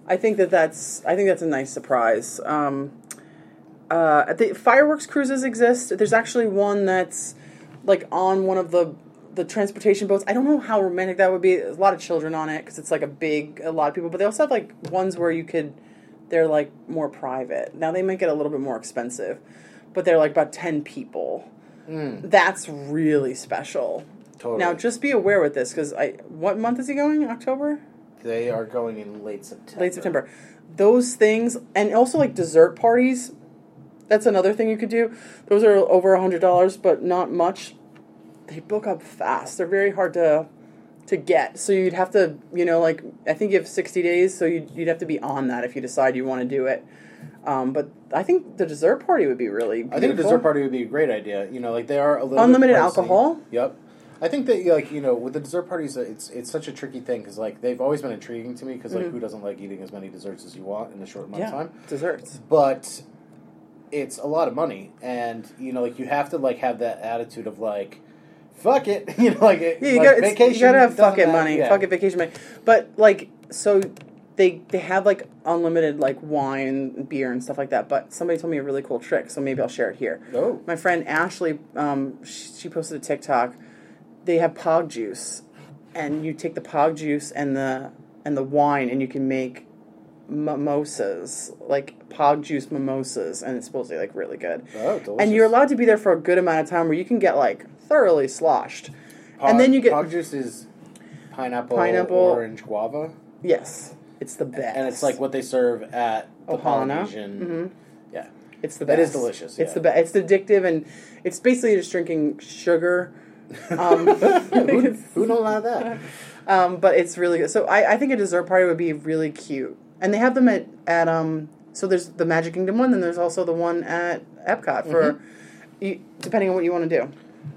[SPEAKER 2] I think that that's I think that's a nice surprise. Um, uh, the fireworks cruises exist. There's actually one that's like on one of the the transportation boats. I don't know how romantic that would be. There's a lot of children on it because it's like a big a lot of people. But they also have like ones where you could they're like more private. Now they might get a little bit more expensive, but they're like about ten people. That's really special.
[SPEAKER 3] Totally.
[SPEAKER 2] Now just be aware with this because I what month is he going? October
[SPEAKER 3] they are going in late September.
[SPEAKER 2] late September. Those things, and also like dessert parties. That's another thing you could do. Those are over a hundred dollars, but not much. They book up fast. They're very hard to to get. So you'd have to, you know, like I think you have sixty days. So you'd you'd have to be on that if you decide you want to do it. Um, but I think the dessert party would be really. Beautiful.
[SPEAKER 3] I think a dessert party would be a great idea. You know, like they are a little bit
[SPEAKER 2] Unlimited
[SPEAKER 3] pricey.
[SPEAKER 2] alcohol?
[SPEAKER 3] Yep. I think that like you know with the dessert parties, uh, it's it's such a tricky thing because like they've always been intriguing to me because like who doesn't like eating as many desserts as you want in a short amount
[SPEAKER 2] Mm-hmm. Yeah,
[SPEAKER 3] of time?
[SPEAKER 2] desserts.
[SPEAKER 3] But it's a lot of money, and you know like you have to like have that attitude of like. Fuck it, you know, like it-
[SPEAKER 2] Yeah, you
[SPEAKER 3] like
[SPEAKER 2] gotta it's-
[SPEAKER 3] vacation.
[SPEAKER 2] you gotta have
[SPEAKER 3] doesn't
[SPEAKER 2] fucking
[SPEAKER 3] matter.
[SPEAKER 2] money,
[SPEAKER 3] Yeah.
[SPEAKER 2] fucking vacation money. But like, so they they have like unlimited like wine, beer, and stuff like that. But somebody told me a really cool trick, so maybe I'll share it here.
[SPEAKER 3] Oh.
[SPEAKER 2] my friend Ashley, um, she, she posted a TikTok. They have pog juice, and you take the pog juice and the and the wine, and you can make mimosas, like pog juice mimosas, and it's supposedly like really good.
[SPEAKER 3] Oh, delicious.
[SPEAKER 2] And you're allowed to be there for a good amount of time, where you can get like thoroughly sloshed. and then
[SPEAKER 3] Pog-
[SPEAKER 2] you get
[SPEAKER 3] pog juice is pineapple,
[SPEAKER 2] Pineapple.
[SPEAKER 3] orange, guava,
[SPEAKER 2] Yes, it's the best.
[SPEAKER 3] and it's like what they serve at the
[SPEAKER 2] Ohana. Mm-hmm.
[SPEAKER 3] Polynesian. Yeah,
[SPEAKER 2] it's the best.
[SPEAKER 3] that is delicious,
[SPEAKER 2] It's
[SPEAKER 3] yeah.
[SPEAKER 2] the best. It's addictive, and it's basically just drinking sugar. Um,
[SPEAKER 3] who,
[SPEAKER 2] it's-
[SPEAKER 3] who don't allow that?
[SPEAKER 2] um, but it's really good. So I, I think a dessert party would be really cute, and they have them at at um. So there's the Magic Kingdom one, then there's also the one at Epcot for,
[SPEAKER 3] Mm-hmm.
[SPEAKER 2] you, depending on what you want to do.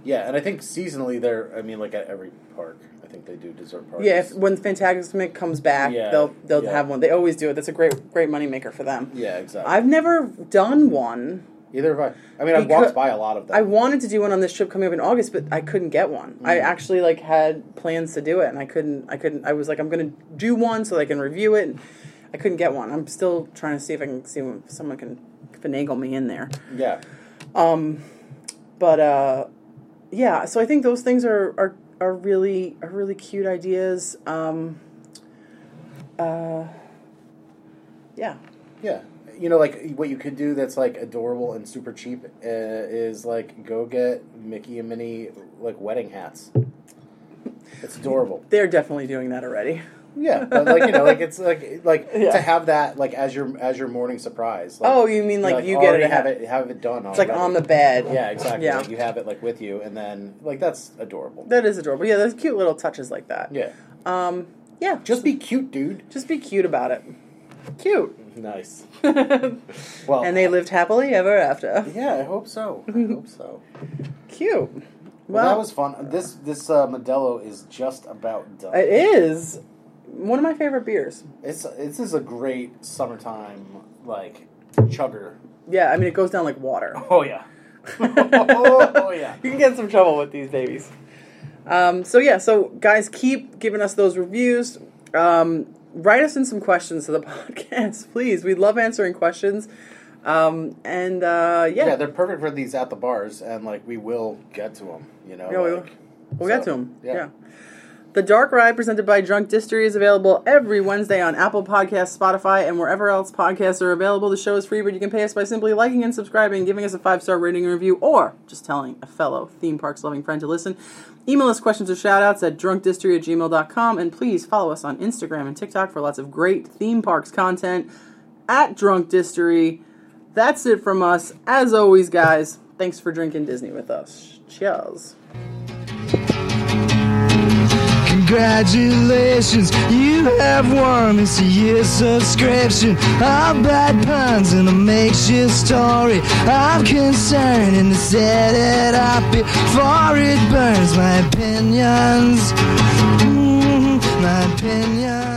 [SPEAKER 3] Yeah, and I think seasonally they're. I mean, like at every park, I think they do dessert parties.
[SPEAKER 2] Yeah, if when Fantasmic comes back,
[SPEAKER 3] Yeah,
[SPEAKER 2] they'll they'll
[SPEAKER 3] yeah.
[SPEAKER 2] have one. They always do it. That's a great great moneymaker for them.
[SPEAKER 3] yeah, exactly.
[SPEAKER 2] I've never done one.
[SPEAKER 3] Either have I. I mean, I've
[SPEAKER 2] Because-
[SPEAKER 3] walked by a lot of them.
[SPEAKER 2] I wanted to do one on this trip coming up in August, but I couldn't get one.
[SPEAKER 3] Mm.
[SPEAKER 2] I actually like had plans to do it, and I couldn't. I couldn't. I was like, I'm gonna do one so that I can review it. And I couldn't get one. I'm still trying to see if I can see if someone can finagle me in there.
[SPEAKER 3] yeah,
[SPEAKER 2] But uh, yeah, so I think those things are are, are really are really cute ideas. Um, uh, yeah,
[SPEAKER 3] yeah. You know, like what you could do that's like adorable and super cheap uh, is like go get Mickey and Minnie like wedding hats. It's adorable.
[SPEAKER 2] they're definitely doing that already.
[SPEAKER 3] Yeah, but like you know, like it's like like
[SPEAKER 2] Yeah.
[SPEAKER 3] to have that like as your as your morning surprise. Like,
[SPEAKER 2] Oh, you mean like
[SPEAKER 3] like,
[SPEAKER 2] you get it
[SPEAKER 3] already
[SPEAKER 2] ahead-
[SPEAKER 3] have it have it done.
[SPEAKER 2] It's like on the bed.
[SPEAKER 3] yeah, exactly.
[SPEAKER 2] Yeah.
[SPEAKER 3] Like you have it like with you, and then like that's adorable.
[SPEAKER 2] That is adorable. Yeah, there's cute little touches like that.
[SPEAKER 3] yeah,
[SPEAKER 2] Um, yeah.
[SPEAKER 3] just be cute, dude.
[SPEAKER 2] Just be cute about it. Cute.
[SPEAKER 3] Nice.
[SPEAKER 2] and
[SPEAKER 3] Well,
[SPEAKER 2] they lived happily ever after.
[SPEAKER 3] yeah, I hope so. I hope so.
[SPEAKER 2] Cute. Well,
[SPEAKER 3] Well, that was fun. This this uh, Modelo is just about done.
[SPEAKER 2] it is one of my favorite beers.
[SPEAKER 3] It's this is a great summertime like chugger.
[SPEAKER 2] Yeah, I mean it goes down like water.
[SPEAKER 3] Oh yeah. oh yeah.
[SPEAKER 2] You can get in some trouble with these babies. Um, so yeah, so guys, keep giving us those reviews. Um, write us in some questions to the podcast, please. We love answering questions. Um, and uh, yeah,
[SPEAKER 3] Yeah, they're perfect for these at the bars, and like we will get to them. You know.
[SPEAKER 2] Yeah, we will.
[SPEAKER 3] like,
[SPEAKER 2] We'll
[SPEAKER 3] so,
[SPEAKER 2] get to them. Yeah. The Dark Ride, presented by Drunk Distery, is available every Wednesday on Apple Podcasts, Spotify, and wherever else podcasts are available. The show is free, but you can pay us by simply liking and subscribing, giving us a five star rating and review, or just telling a fellow theme parks loving friend to listen. Email us questions or shout outs at drunkdistery at gmail.com, and please follow us on Instagram and TikTok for lots of great theme parks content at Drunk Distery. That's it from us. As always, guys, thanks for drinking Disney with us. Cheers.
[SPEAKER 4] Congratulations, you have won this year's subscription. I'll bad puns and a makeshift story. I'm concerned and to set it up before it burns. Mm-hmm, My opinions, mm, my opinions.